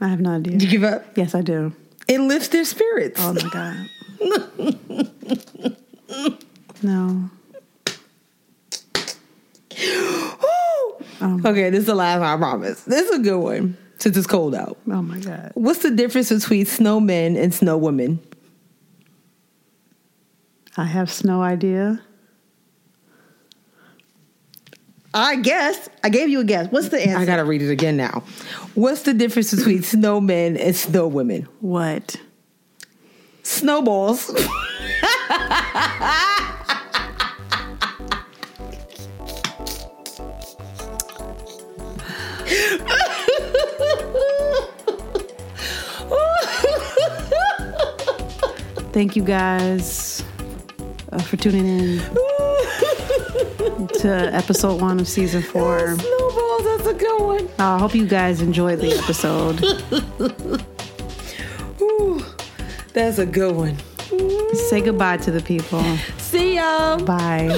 [SPEAKER 1] I have no idea.
[SPEAKER 2] You give up?
[SPEAKER 1] Yes, I do.
[SPEAKER 2] It lifts their spirits.
[SPEAKER 1] Oh my God. no. Um.
[SPEAKER 2] okay, this is the last one, I promise. This is a good one. Since it's cold out.
[SPEAKER 1] Oh my God.
[SPEAKER 2] What's the difference between snowmen and snow women?
[SPEAKER 1] I have no idea. I guess I gave you a guess. What's the answer?
[SPEAKER 2] I gotta read it again now. What's the difference between snowmen and snow women?
[SPEAKER 1] what?
[SPEAKER 2] Snowballs.
[SPEAKER 1] Thank you guys uh, for tuning in. to episode one of season four.
[SPEAKER 2] Snowballs, that's a good one.
[SPEAKER 1] I hope you guys enjoyed the episode.
[SPEAKER 2] Ooh, that's a good one.
[SPEAKER 1] Say goodbye to the people.
[SPEAKER 2] See y'all.
[SPEAKER 1] Bye.